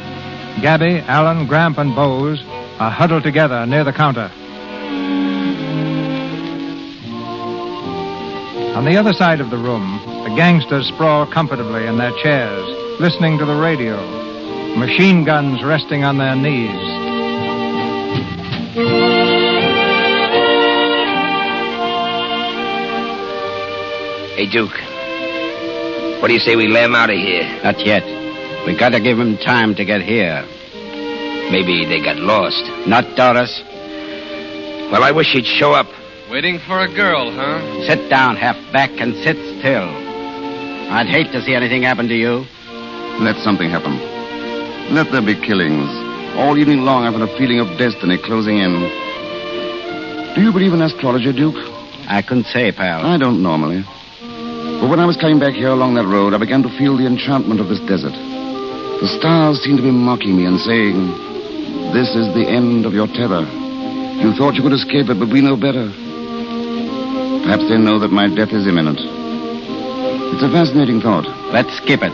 Gabby, Allen, Gramp, and Bowes are huddled together near the counter. On the other side of the room, the gangsters sprawl comfortably in their chairs, listening to the radio, machine guns resting on their knees.
Hey, Duke. What do you say we lay him out of here?
Not yet. We gotta give him time to get here.
Maybe they got lost.
Not Doris.
Well, I wish he'd show up.
Waiting for a girl, huh?
Sit down, halfback, and sit still. I'd hate to see anything happen to you.
Let something happen. Let there be killings. All evening long, I've had a feeling of destiny closing in. Do you believe in astrology, Duke?
I couldn't say, pal.
I don't normally. But when I was coming back here along that road, I began to feel the enchantment of this desert. The stars seemed to be mocking me and saying, This is the end of your terror. You thought you could escape it, but we know better. Perhaps they know that my death is imminent. It's a fascinating thought.
Let's skip it.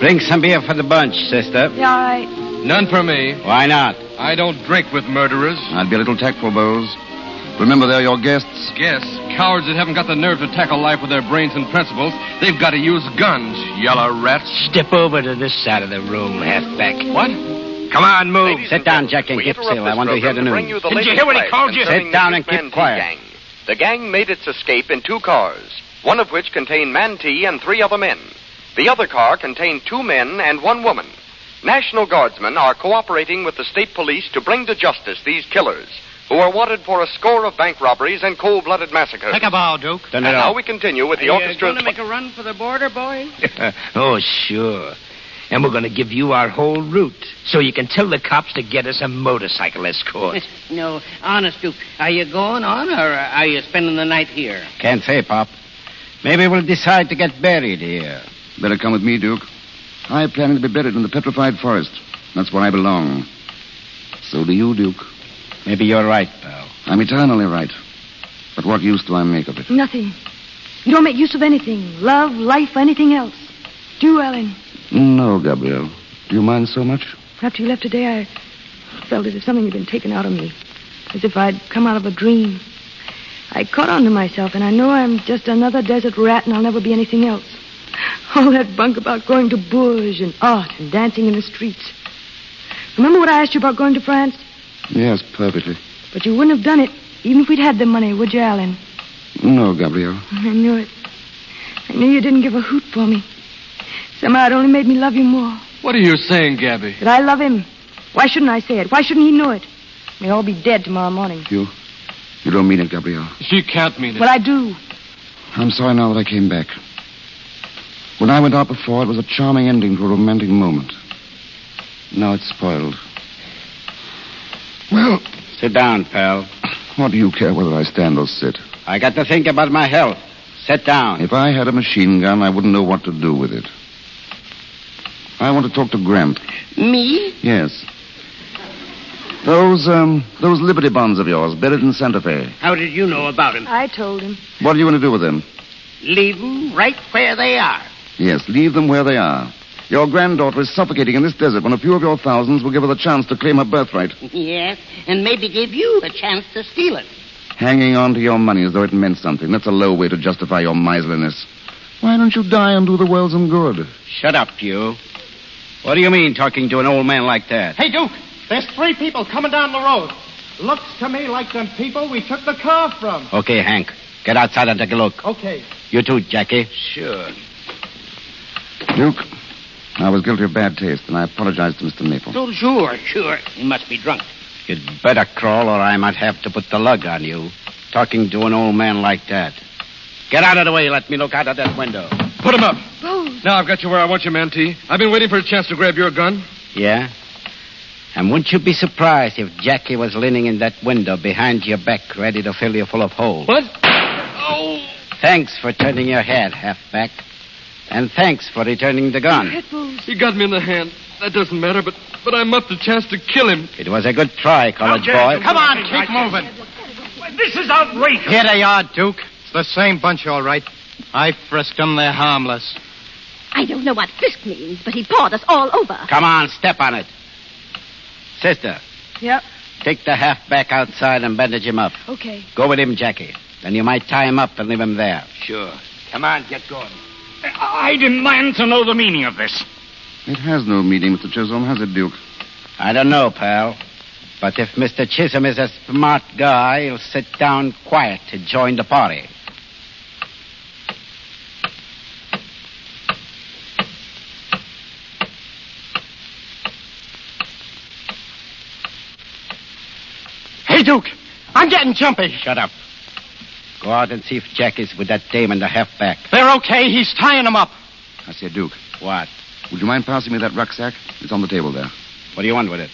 Bring some beer for the bunch, sister.
Yeah, all right.
None for me.
Why not?
I don't drink with murderers.
I'd be a little tactful, Bowes. Remember, they're your guests.
Guess. Cowards that haven't got the nerve to tackle life with their brains and principles, they've got to use guns, yellow rats.
Step over to this side of the room, halfback. What? Come on, move.
Sit down, Jack, and keep still. I want to hear the news.
Did you hear what he called you?
Sit down and keep quiet.
The gang made its escape in two cars, one of which contained Mantee and three other men. The other car contained two men and one woman. National Guardsmen are cooperating with the state police to bring to justice these killers, who are wanted for a score of bank robberies and cold blooded massacres.
Take a bow, Duke.
Turn
and
it
now
off.
we continue with the
Are you, uh,
orchestra's
gonna make a run for the border, boy?
oh, sure. And we're going to give you our whole route so you can tell the cops to get us a motorcycle escort.
no, honest, Duke. Are you going on, or are you spending the night here?
Can't say, Pop. Maybe we'll decide to get buried here.
Better come with me, Duke. I plan to be buried in the petrified forest. That's where I belong. So do you, Duke.
Maybe you're right, pal.
I'm eternally right. But what use do I make of it?
Nothing. You don't make use of anything love, life, or anything else. Do, you, Ellen.
No, Gabriel. Do you mind so much?
After you left today, I felt as if something had been taken out of me, as if I'd come out of a dream. I caught on to myself, and I know I'm just another desert rat, and I'll never be anything else. All that bunk about going to Bourges and art and dancing in the streets. Remember what I asked you about going to France?
Yes, perfectly.
But you wouldn't have done it, even if we'd had the money, would you, Alan?
No, Gabriel.
I knew it. I knew you didn't give a hoot for me. Somehow it only made me love you more.
What are you saying, Gabby?
That I love him. Why shouldn't I say it? Why shouldn't he know it? We'll all be dead tomorrow morning.
You. You don't mean it, Gabriel.
She can't mean it.
Well, I do.
I'm sorry now that I came back. When I went out before, it was a charming ending to a romantic moment. Now it's spoiled. Well,
Sit down, pal.
what do you care whether I stand or sit?
I got to think about my health. Sit down.
If I had a machine gun, I wouldn't know what to do with it. I want to talk to Gramp.
Me?
Yes. Those, um, those Liberty bonds of yours buried in Santa Fe.
How did you know about him?
I told him.
What are you going to do with them?
Leave them right where they are.
Yes, leave them where they are. Your granddaughter is suffocating in this desert when a few of your thousands will give her the chance to claim her birthright.
Yes, and maybe give you a chance to steal it.
Hanging on to your money as though it meant something. That's a low way to justify your miserliness. Why don't you die and do the world some good?
Shut up, you. What do you mean talking to an old man like that?
Hey, Duke, there's three people coming down the road. Looks to me like them people we took the car from.
Okay, Hank. Get outside and take a look.
Okay.
You too, Jackie.
Sure.
Duke, I was guilty of bad taste, and I apologize to Mr. Maple.
Oh, sure, sure. He must be drunk.
You'd better crawl, or I might have to put the lug on you. Talking to an old man like that. Get out of the way. Let me look out of that window.
Put him up.
Bose.
Now I've got you where I want you, Mantee. I've been waiting for a chance to grab your gun.
Yeah? And wouldn't you be surprised if Jackie was leaning in that window behind your back, ready to fill you full of holes?
What?
Oh! Thanks for turning your head, halfback. And thanks for returning the gun.
He got me in the hand. That doesn't matter, but but I muffed a chance to kill him.
It was a good try, college boy.
come on,
keep moving. This is outrageous. Here they are, Duke. It's the same bunch, all right. I frisked them. They're harmless.
I don't know what frisk means, but he pawed us all over.
Come on, step on it. Sister,
Yep.
take the halfback outside and bandage him up.
Okay.
Go with him, Jackie. Then you might tie him up and leave him there.
Sure.
Come on, get going.
I demand to know the meaning of this.
It has no meaning, Mr. Chisholm, has it, Duke?
I don't know, pal. But if Mr. Chisholm is a smart guy, he'll sit down quiet to join the party.
Hey, Duke, I'm getting jumpy.
Shut up. Go out and see if Jack is with that dame and the halfback.
They're okay. He's tying them up.
I say, Duke.
What?
Would you mind passing me that rucksack? It's on the table there.
What do you want with it?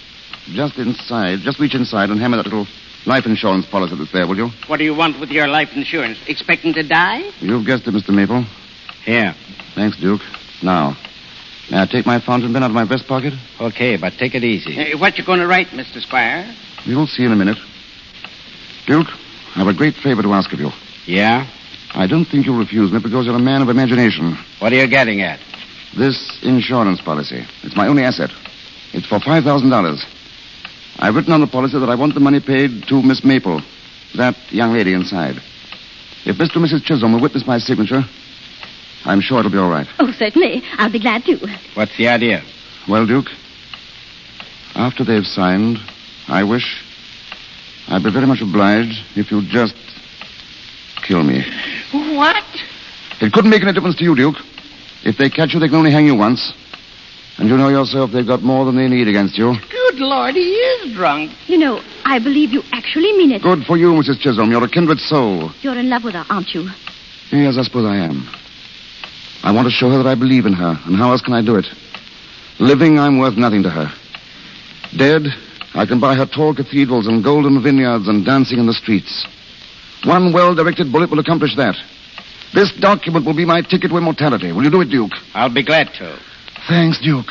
Just inside. Just reach inside and hammer that little life insurance policy that's there, will you?
What do you want with your life insurance? Expecting to die?
You've guessed it, Mr. Maple.
Here.
Thanks, Duke. Now, may I take my fountain pen out of my vest pocket?
Okay, but take it easy.
Eh, what you going to write, Mr. Squire?
You'll see in a minute. Duke, I have a great favor to ask of you.
Yeah?
I don't think you'll refuse me because you're a man of imagination.
What are you getting at?
This insurance policy. It's my only asset. It's for $5,000. I've written on the policy that I want the money paid to Miss Maple, that young lady inside. If Mr. and Mrs. Chisholm will witness my signature, I'm sure it'll be all right.
Oh, certainly. I'll be glad to.
What's the idea?
Well, Duke, after they've signed, I wish I'd be very much obliged if you'd just kill me.
What?
It couldn't make any difference to you, Duke. If they catch you, they can only hang you once. And you know yourself they've got more than they need against you.
Good Lord, he is drunk.
You know, I believe you actually mean it.
Good for you, Mrs. Chisholm. You're a kindred soul.
You're in love with her, aren't you?
Yes, I suppose I am. I want to show her that I believe in her, and how else can I do it? Living, I'm worth nothing to her. Dead, I can buy her tall cathedrals and golden vineyards and dancing in the streets. One well directed bullet will accomplish that. This document will be my ticket to immortality. Will you do it, Duke?
I'll be glad to.
Thanks, Duke.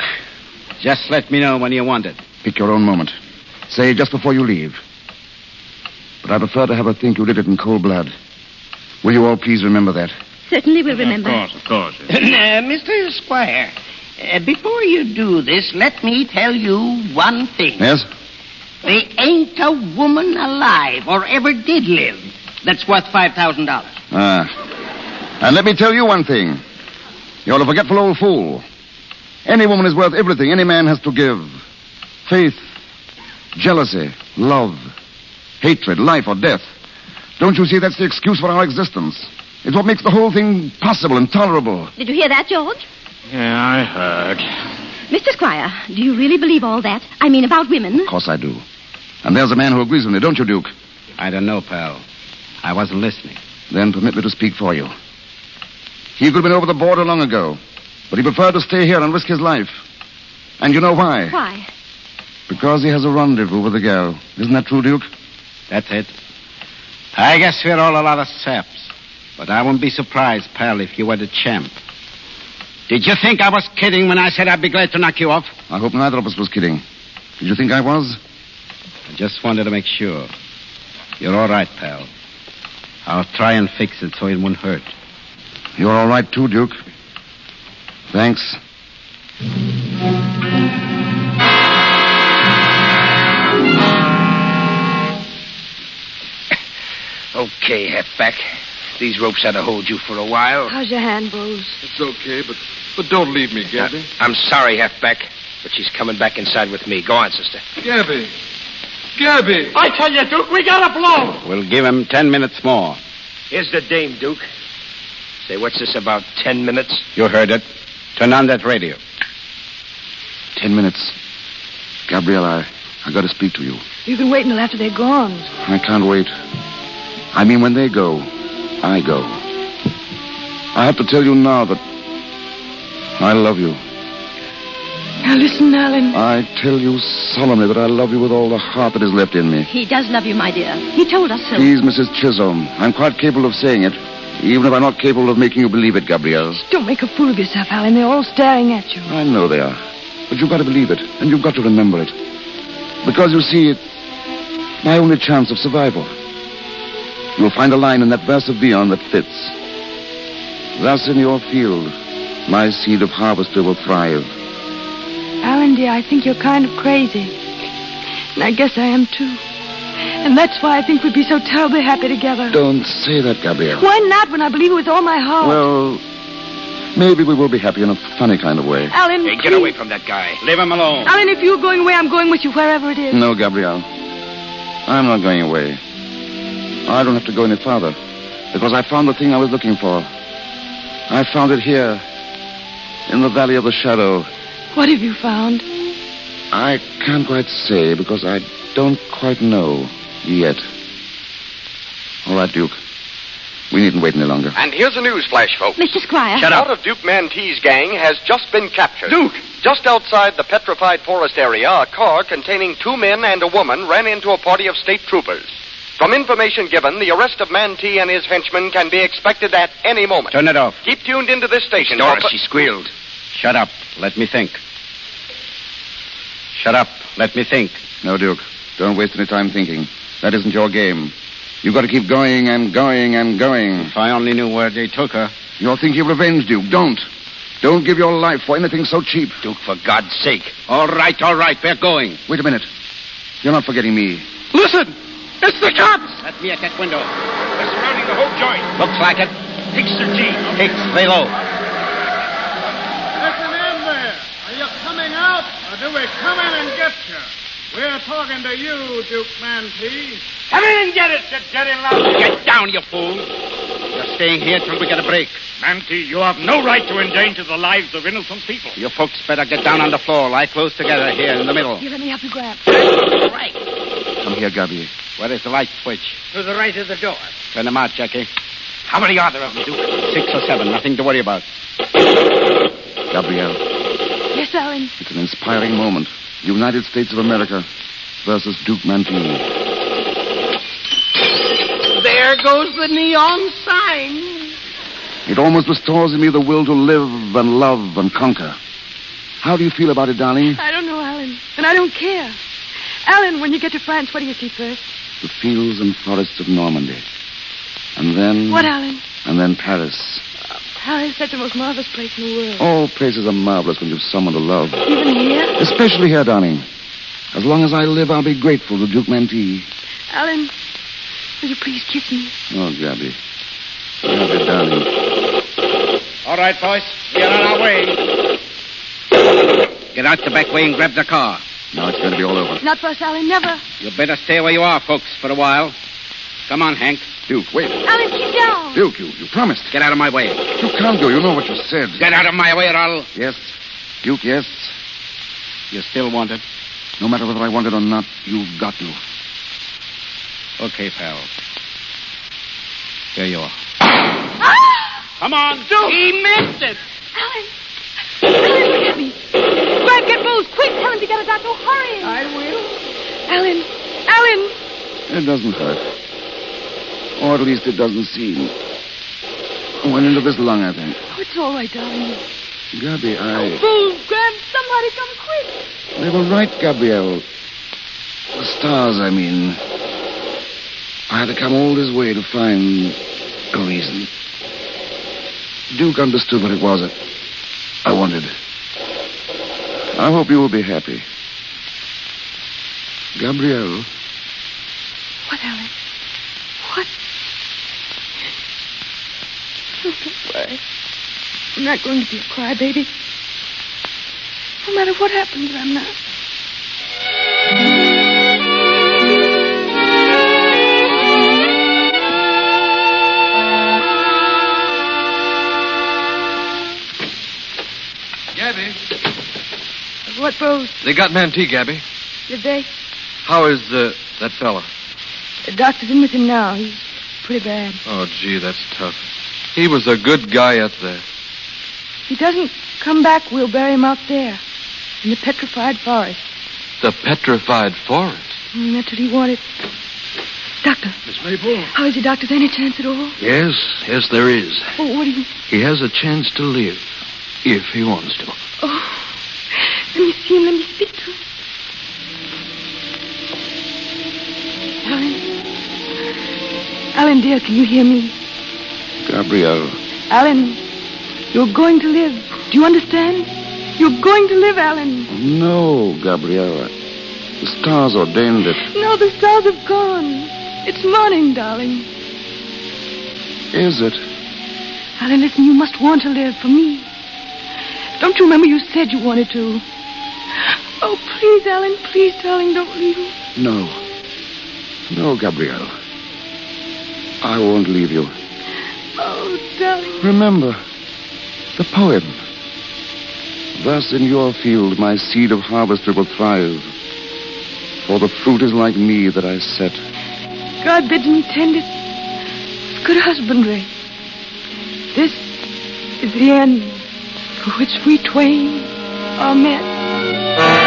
Just let me know when you want it.
Pick your own moment. Say just before you leave. But I prefer to have her think you did it in cold blood. Will you all please remember that?
Certainly we'll remember.
of course.
Uh, Mr. Squire, uh, before you do this, let me tell you one thing.
Yes?
There ain't a woman alive or ever did live that's worth $5,000.
Ah. And let me tell you one thing. You're a forgetful old fool. Any woman is worth everything any man has to give faith, jealousy, love, hatred, life, or death. Don't you see that's the excuse for our existence? It's what makes the whole thing possible and tolerable.
Did you hear that, George?
Yeah, I heard.
Mr. Squire, do you really believe all that? I mean, about women?
Of course I do. And there's a man who agrees with me, don't you, Duke?
I don't know, pal. I wasn't listening.
Then permit me to speak for you. He could have been over the border long ago, but he preferred to stay here and risk his life. And you know why?
Why?
Because he has a rendezvous with the girl. Isn't that true, Duke?
That's it. I guess we're all a lot of saps. But I wouldn't be surprised, pal, if you were the champ. Did you think I was kidding when I said I'd be glad to knock you off?
I hope neither of us was kidding. Did you think I was?
I just wanted to make sure. You're all right, pal. I'll try and fix it so it won't hurt.
You're all right, too, Duke. Thanks.
Okay, halfback. These ropes ought to hold you for a while.
How's your hand, Bose?
It's okay, but but don't leave me, Gabby. Uh, I'm sorry, halfback, but she's coming back inside with me. Go on, sister.
Gabby. Gabby.
I tell you, Duke, we got a blow.
We'll give him ten minutes more.
Here's the dame, Duke. Say, what's this about ten minutes?
You heard it. Turn on that radio.
Ten minutes. Gabrielle, I, I gotta speak to you.
You can wait until after they're gone.
I can't wait. I mean, when they go, I go. I have to tell you now that I love you.
Now listen, Alan.
I tell you solemnly that I love you with all the heart that is left in me.
He does love you, my dear. He told us so.
Please, Mrs. Chisholm, I'm quite capable of saying it, even if I'm not capable of making you believe it, Gabrielle.
Don't make a fool of yourself, Alan. They're all staring at you.
I know they are. But you've got to believe it, and you've got to remember it. Because you see, it my only chance of survival. You'll find a line in that verse of Beyond that fits. Thus in your field, my seed of harvester will thrive.
Alan, dear, I think you're kind of crazy. And I guess I am too. And that's why I think we'd be so terribly happy together.
Don't say that, Gabrielle.
Why not when I believe it with all my heart?
Well, maybe we will be happy in a funny kind of way.
Alan,
Hey, get away from that guy. Leave him alone.
Alan, if you're going away, I'm going with you wherever it is.
No, Gabrielle. I'm not going away. I don't have to go any farther because I found the thing I was looking for. I found it here in the Valley of the Shadow.
What have you found?
I can't quite say because I don't quite know yet. All right, Duke. We needn't wait any longer.
And here's a news flash, folks.
Mr. Squire.
Shut up.
Part of Duke Mantee's gang has just been captured. Duke! Just outside the petrified forest area, a car containing two men and a woman ran into a party of state troopers. From information given, the arrest of Mantee and his henchmen can be expected at any moment.
Turn it off.
Keep tuned into this station.
Doris,
for-
she squealed. Shut up. Let me think.
Shut up. Let me think. No, Duke. Don't waste any time thinking. That isn't your game. You've got to keep going and going and going. If I only knew where they took her. You're thinking of revenge, Duke. Don't. Don't give your life for anything so cheap. Duke, for God's sake. All right, all right. We're going. Wait a minute. You're not forgetting me.
Listen! It's the cops!
Let me at that window.
They're surrounding the whole joint.
Looks like it.
Hicks their teeth.
Hicks, lay low.
Listen in there. Are you coming out, or do we come in and get you? We're talking to you, Duke Mantee.
Come in and get it, you dirty lout. Get down, you fool.
You're staying here till we get a break.
Mantee, you have no right to endanger the lives of innocent people.
You folks better get down on the floor. Lie close together here in the middle.
You let me help you grab.
Come here, Gabby. Where is the light switch?
To the right of the door.
Turn them out, Jackie.
How many are there of them, Duke?
Six or seven. Nothing to worry about.
Gabrielle.
Yes, Alan.
It's an inspiring moment. United States of America versus Duke Mantini.
There goes the neon sign.
It almost restores in me the will to live and love and conquer. How do you feel about it, darling?
I don't know, Alan. And I don't care. Alan, when you get to France, what do you see first?
The fields and forests of Normandy. And then.
What, Alan?
And then Paris.
Paris, that's the most marvelous place in the world.
All places are marvelous when you've someone to love.
Even here?
Especially here, darling. As long as I live, I'll be grateful to Duke Mantee.
Alan, will you please kiss me?
Oh, Gabby. Gabby, darling.
All right, boys. We are on our way. Get out the back way and grab the car.
Now it's going to be all over.
Not for us, Alan, never.
You better stay where you are, folks, for a while. Come on, Hank.
Duke, wait.
Alan, keep down.
Duke, you, you promised.
Get out of my way.
You can't go. You know what you said.
Get out of my way or I'll...
Yes. Duke, yes. You still want it? No matter whether I want it or not, you've got to.
Okay, pal. Here you are.
Come on, Duke. He missed it.
Grab, get Rose, quick. Tell him to get us out. No hurry. I will. Alan, Alan.
It doesn't hurt. Or at least it doesn't seem. I went into this lung, I think.
Oh, it's all right, darling.
Gabby, I.
Rose, Grab, somebody come quick.
They were right, Gabrielle. The stars, I mean. I had to come all this way to find a reason. Duke understood what it was that I wanted. I hope you will be happy. Gabrielle,
What, Alan? What? Oh, don't worry. I'm not going to be a crybaby. No matter what happens, I'm not.
Gabby.
What, Rose?
They got Mantee, Gabby.
Did they?
How is uh, that fella?
The doctor's in with him now. He's pretty bad.
Oh, gee, that's tough. He was a good guy up there.
If he doesn't come back, we'll bury him out there in the petrified forest.
The petrified forest.
Mm, that's what he wanted. Doctor.
Miss Maple?
How is it, Doctor? Is there any chance at all?
Yes, yes, there is.
Oh, what do you.
He has a chance to live, if he wants to.
Oh. Let me see him. Let me speak to him. Alan. Alan, dear, can you hear me?
Gabrielle.
Alan, you're going to live. Do you understand? You're going to live, Alan.
No, Gabrielle. The stars ordained it.
No, the stars have gone. It's morning, darling.
Is it?
Alan, listen, you must want to live for me. Don't you remember you said you wanted to? Oh, please, Alan, please, darling, don't leave me.
No. No, Gabrielle. I won't leave you.
Oh, darling.
Remember the poem. Thus in your field my seed of harvester will thrive. For the fruit is like me that I set.
God bids me tend it with good husbandry. This is the end for which we twain are met.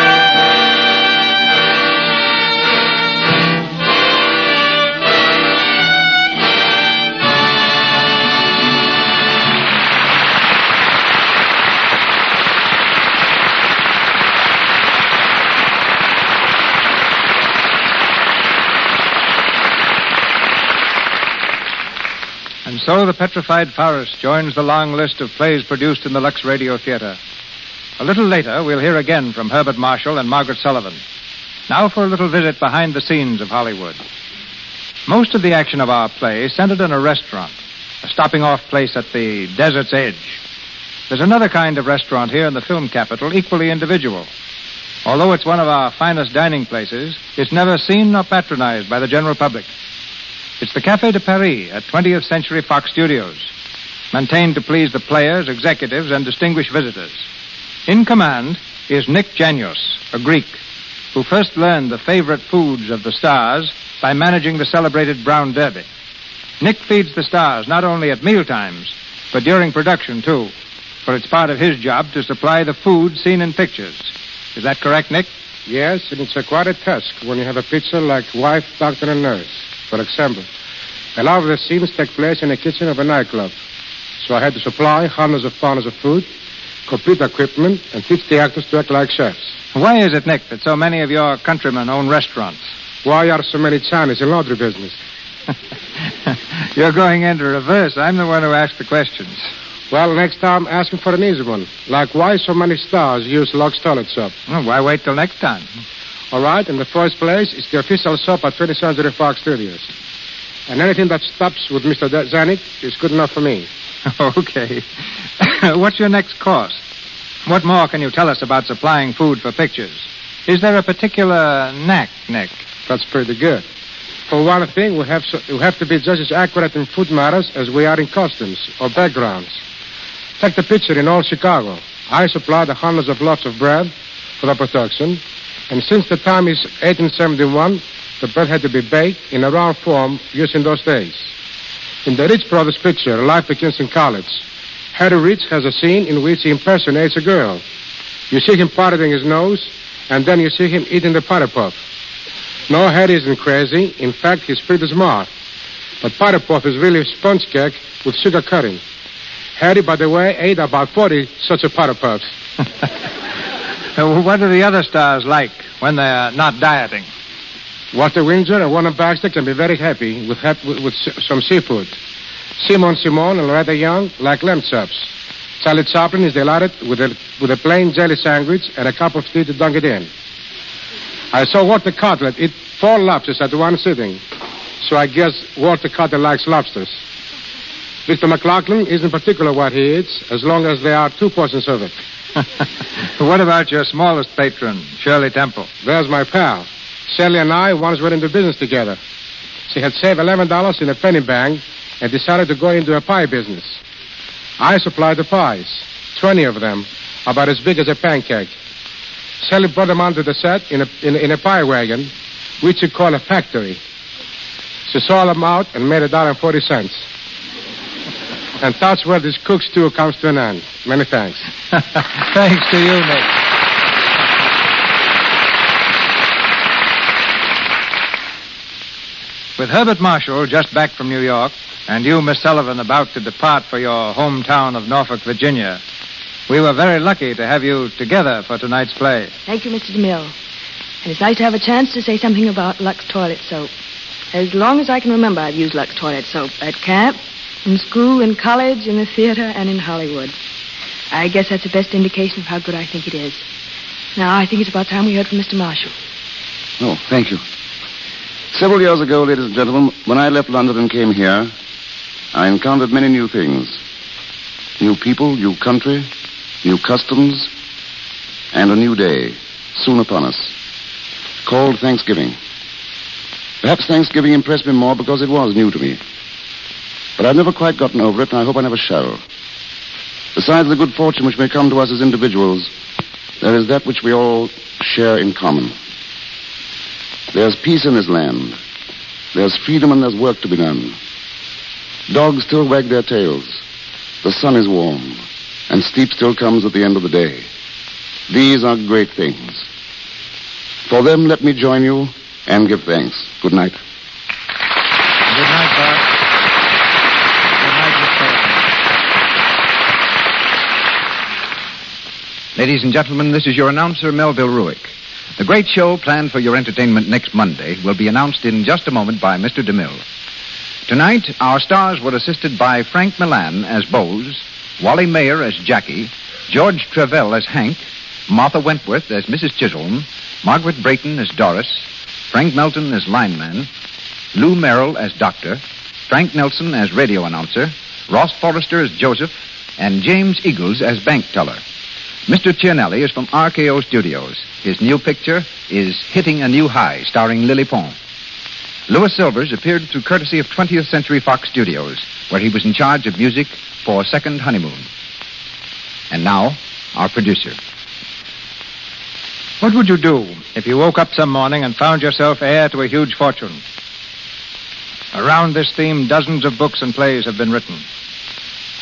And so The Petrified Forest joins the long list of plays produced in the Lux Radio Theater. A little later, we'll hear again from Herbert Marshall and Margaret Sullivan. Now for a little visit behind the scenes of Hollywood. Most of the action of our play centered in a restaurant, a stopping off place at the desert's edge. There's another kind of restaurant here in the film capital, equally individual. Although it's one of our finest dining places, it's never seen nor patronized by the general public. It's the Café de Paris at 20th Century Fox Studios, maintained to please the players, executives, and distinguished visitors. In command is Nick Janios, a Greek, who first learned the favorite foods of the stars by managing the celebrated Brown Derby. Nick feeds the stars not only at mealtimes, but during production, too, for it's part of his job to supply the food seen in pictures. Is that correct, Nick?
Yes, and it's a quite a task when you have a picture like wife, doctor, and nurse, for example. A lot of the scenes take place in the kitchen of a nightclub. So I had to supply hundreds of pounds of food, complete equipment, and teach the actors to act like chefs.
Why is it, Nick, that so many of your countrymen own restaurants?
Why are so many Chinese in laundry business?
You're going into reverse. I'm the one who asked the questions.
Well, next time, ask him for an easy one. Like why so many stars use Lux toilet soap.
Well, why wait till next time?
All right, in the first place, it's the official soap at 20th Century Fox Studios. And anything that stops with Mr. Da- Zanuck is good enough for me.
okay. What's your next course? What more can you tell us about supplying food for pictures? Is there a particular knack, Nick?
That's pretty good. For one thing, we have, so, we have to be just as accurate in food matters as we are in costumes or backgrounds. Take the picture in all Chicago. I supplied the hundreds of loaves of bread for the production, and since the time is 1871, the bread had to be baked in a round form used in those days. In the Rich Brothers picture, Life Begins in College, Harry Rich has a scene in which he impersonates a girl. You see him parroting his nose, and then you see him eating the powder puff. No, Harry isn't crazy. In fact, he's pretty smart. But powder puff is really a sponge cake with sugar coating. Harry, by the way, ate about 40 such a powder puffs.
Uh, What are the other stars like when they're not dieting?
Walter Windsor and Warner Baxter can be very happy with, hap- with, with s- some seafood. Simon Simon and Loretta Young like lamb chops. Charlie Chaplin is delighted with a, with a plain jelly sandwich and a cup of tea to dunk it in. I saw Walter Cutler eat four lobsters at one sitting, so I guess Walter Cutler likes lobsters. Mr. McLaughlin isn't particular what he eats, as long as there are two portions of it.
What about your smallest patron, Shirley Temple?
There's my pal. Shirley and I once went into business together. She had saved $11 in a penny bank and decided to go into a pie business. I supplied the pies, 20 of them, about as big as a pancake. Shirley brought them onto the set in a, in, a- in a pie wagon, which you call a factory. She sold them out and made a dollar and forty cents. And that's where this cook's tour comes to an end. Many thanks.
Thanks to you, Nick. With Herbert Marshall just back from New York, and you, Miss Sullivan, about to depart for your hometown of Norfolk, Virginia, we were very lucky to have you together for tonight's play.
Thank you, Mr. DeMille. And it's nice to have a chance to say something about Lux toilet soap. As long as I can remember, I've used Lux toilet soap at camp, in school, in college, in the theater, and in Hollywood. I guess that's the best indication of how good I think it is. Now, I think it's about time we heard from Mr. Marshall.
Oh, thank you. Several years ago, ladies and gentlemen, when I left London and came here, I encountered many new things new people, new country, new customs, and a new day soon upon us called Thanksgiving. Perhaps Thanksgiving impressed me more because it was new to me. But I've never quite gotten over it, and I hope I never shall. Besides the good fortune which may come to us as individuals, there is that which we all share in common. There's peace in this land. There's freedom and there's work to be done. Dogs still wag their tails. The sun is warm. And sleep still comes at the end of the day. These are great things. For them, let me join you and give thanks. Good night.
Ladies and gentlemen, this is your announcer, Melville Ruick. The great show planned for your entertainment next Monday will be announced in just a moment by Mr. DeMille. Tonight, our stars were assisted by Frank Milan as Bose, Wally Mayer as Jackie, George Trevell as Hank, Martha Wentworth as Mrs. Chisholm, Margaret Brayton as Doris, Frank Melton as lineman, Lou Merrill as doctor, Frank Nelson as radio announcer, Ross Forrester as Joseph, and James Eagles as bank teller. Mr. Cianelli is from RKO Studios. His new picture is Hitting a New High, starring Lily Pond. Louis Silvers appeared through courtesy of 20th Century Fox Studios, where he was in charge of music for Second Honeymoon. And now, our producer.
What would you do if you woke up some morning and found yourself heir to a huge fortune? Around this theme, dozens of books and plays have been written.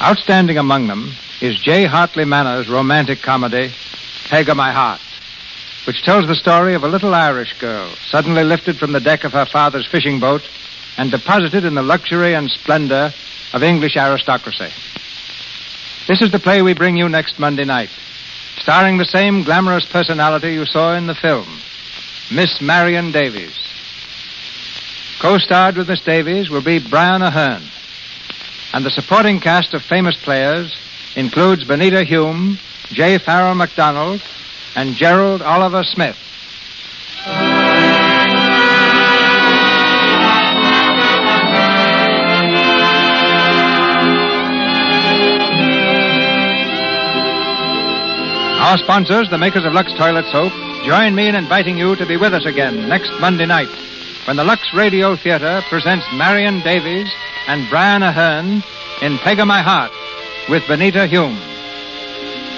Outstanding among them is J. Hartley Manor's romantic comedy, Peg of My Heart, which tells the story of a little Irish girl suddenly lifted from the deck of her father's fishing boat and deposited in the luxury and splendor of English aristocracy. This is the play we bring you next Monday night, starring the same glamorous personality you saw in the film, Miss Marion Davies. Co-starred with Miss Davies will be Brian Ahern, and the supporting cast of famous players includes Benita Hume, J. Farrell MacDonald, and Gerald Oliver Smith. Our sponsors, the makers of Lux Toilet Soap, join me in inviting you to be with us again next Monday night when the Lux Radio Theater presents Marion Davies and Brian Ahern in Peg of My Heart with Benita Hume.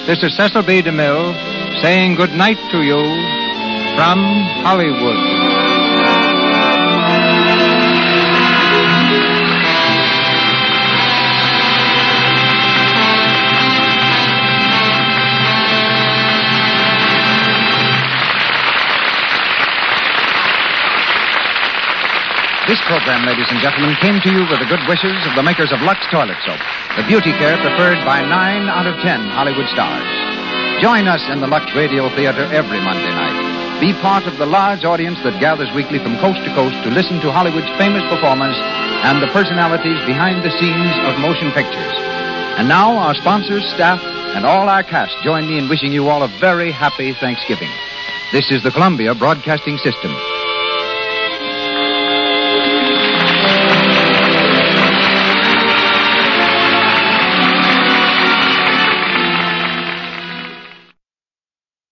This is Cecil B. DeMille saying good night to you from Hollywood.
This program, ladies and gentlemen, came to you with the good wishes of the makers of Lux Toilet Soap, the beauty care preferred by nine out of ten Hollywood stars. Join us in the Lux Radio Theater every Monday night. Be part of the large audience that gathers weekly from coast to coast to listen to Hollywood's famous performers and the personalities behind the scenes of motion pictures. And now, our sponsors, staff, and all our cast join me in wishing you all a very happy Thanksgiving. This is the Columbia Broadcasting System.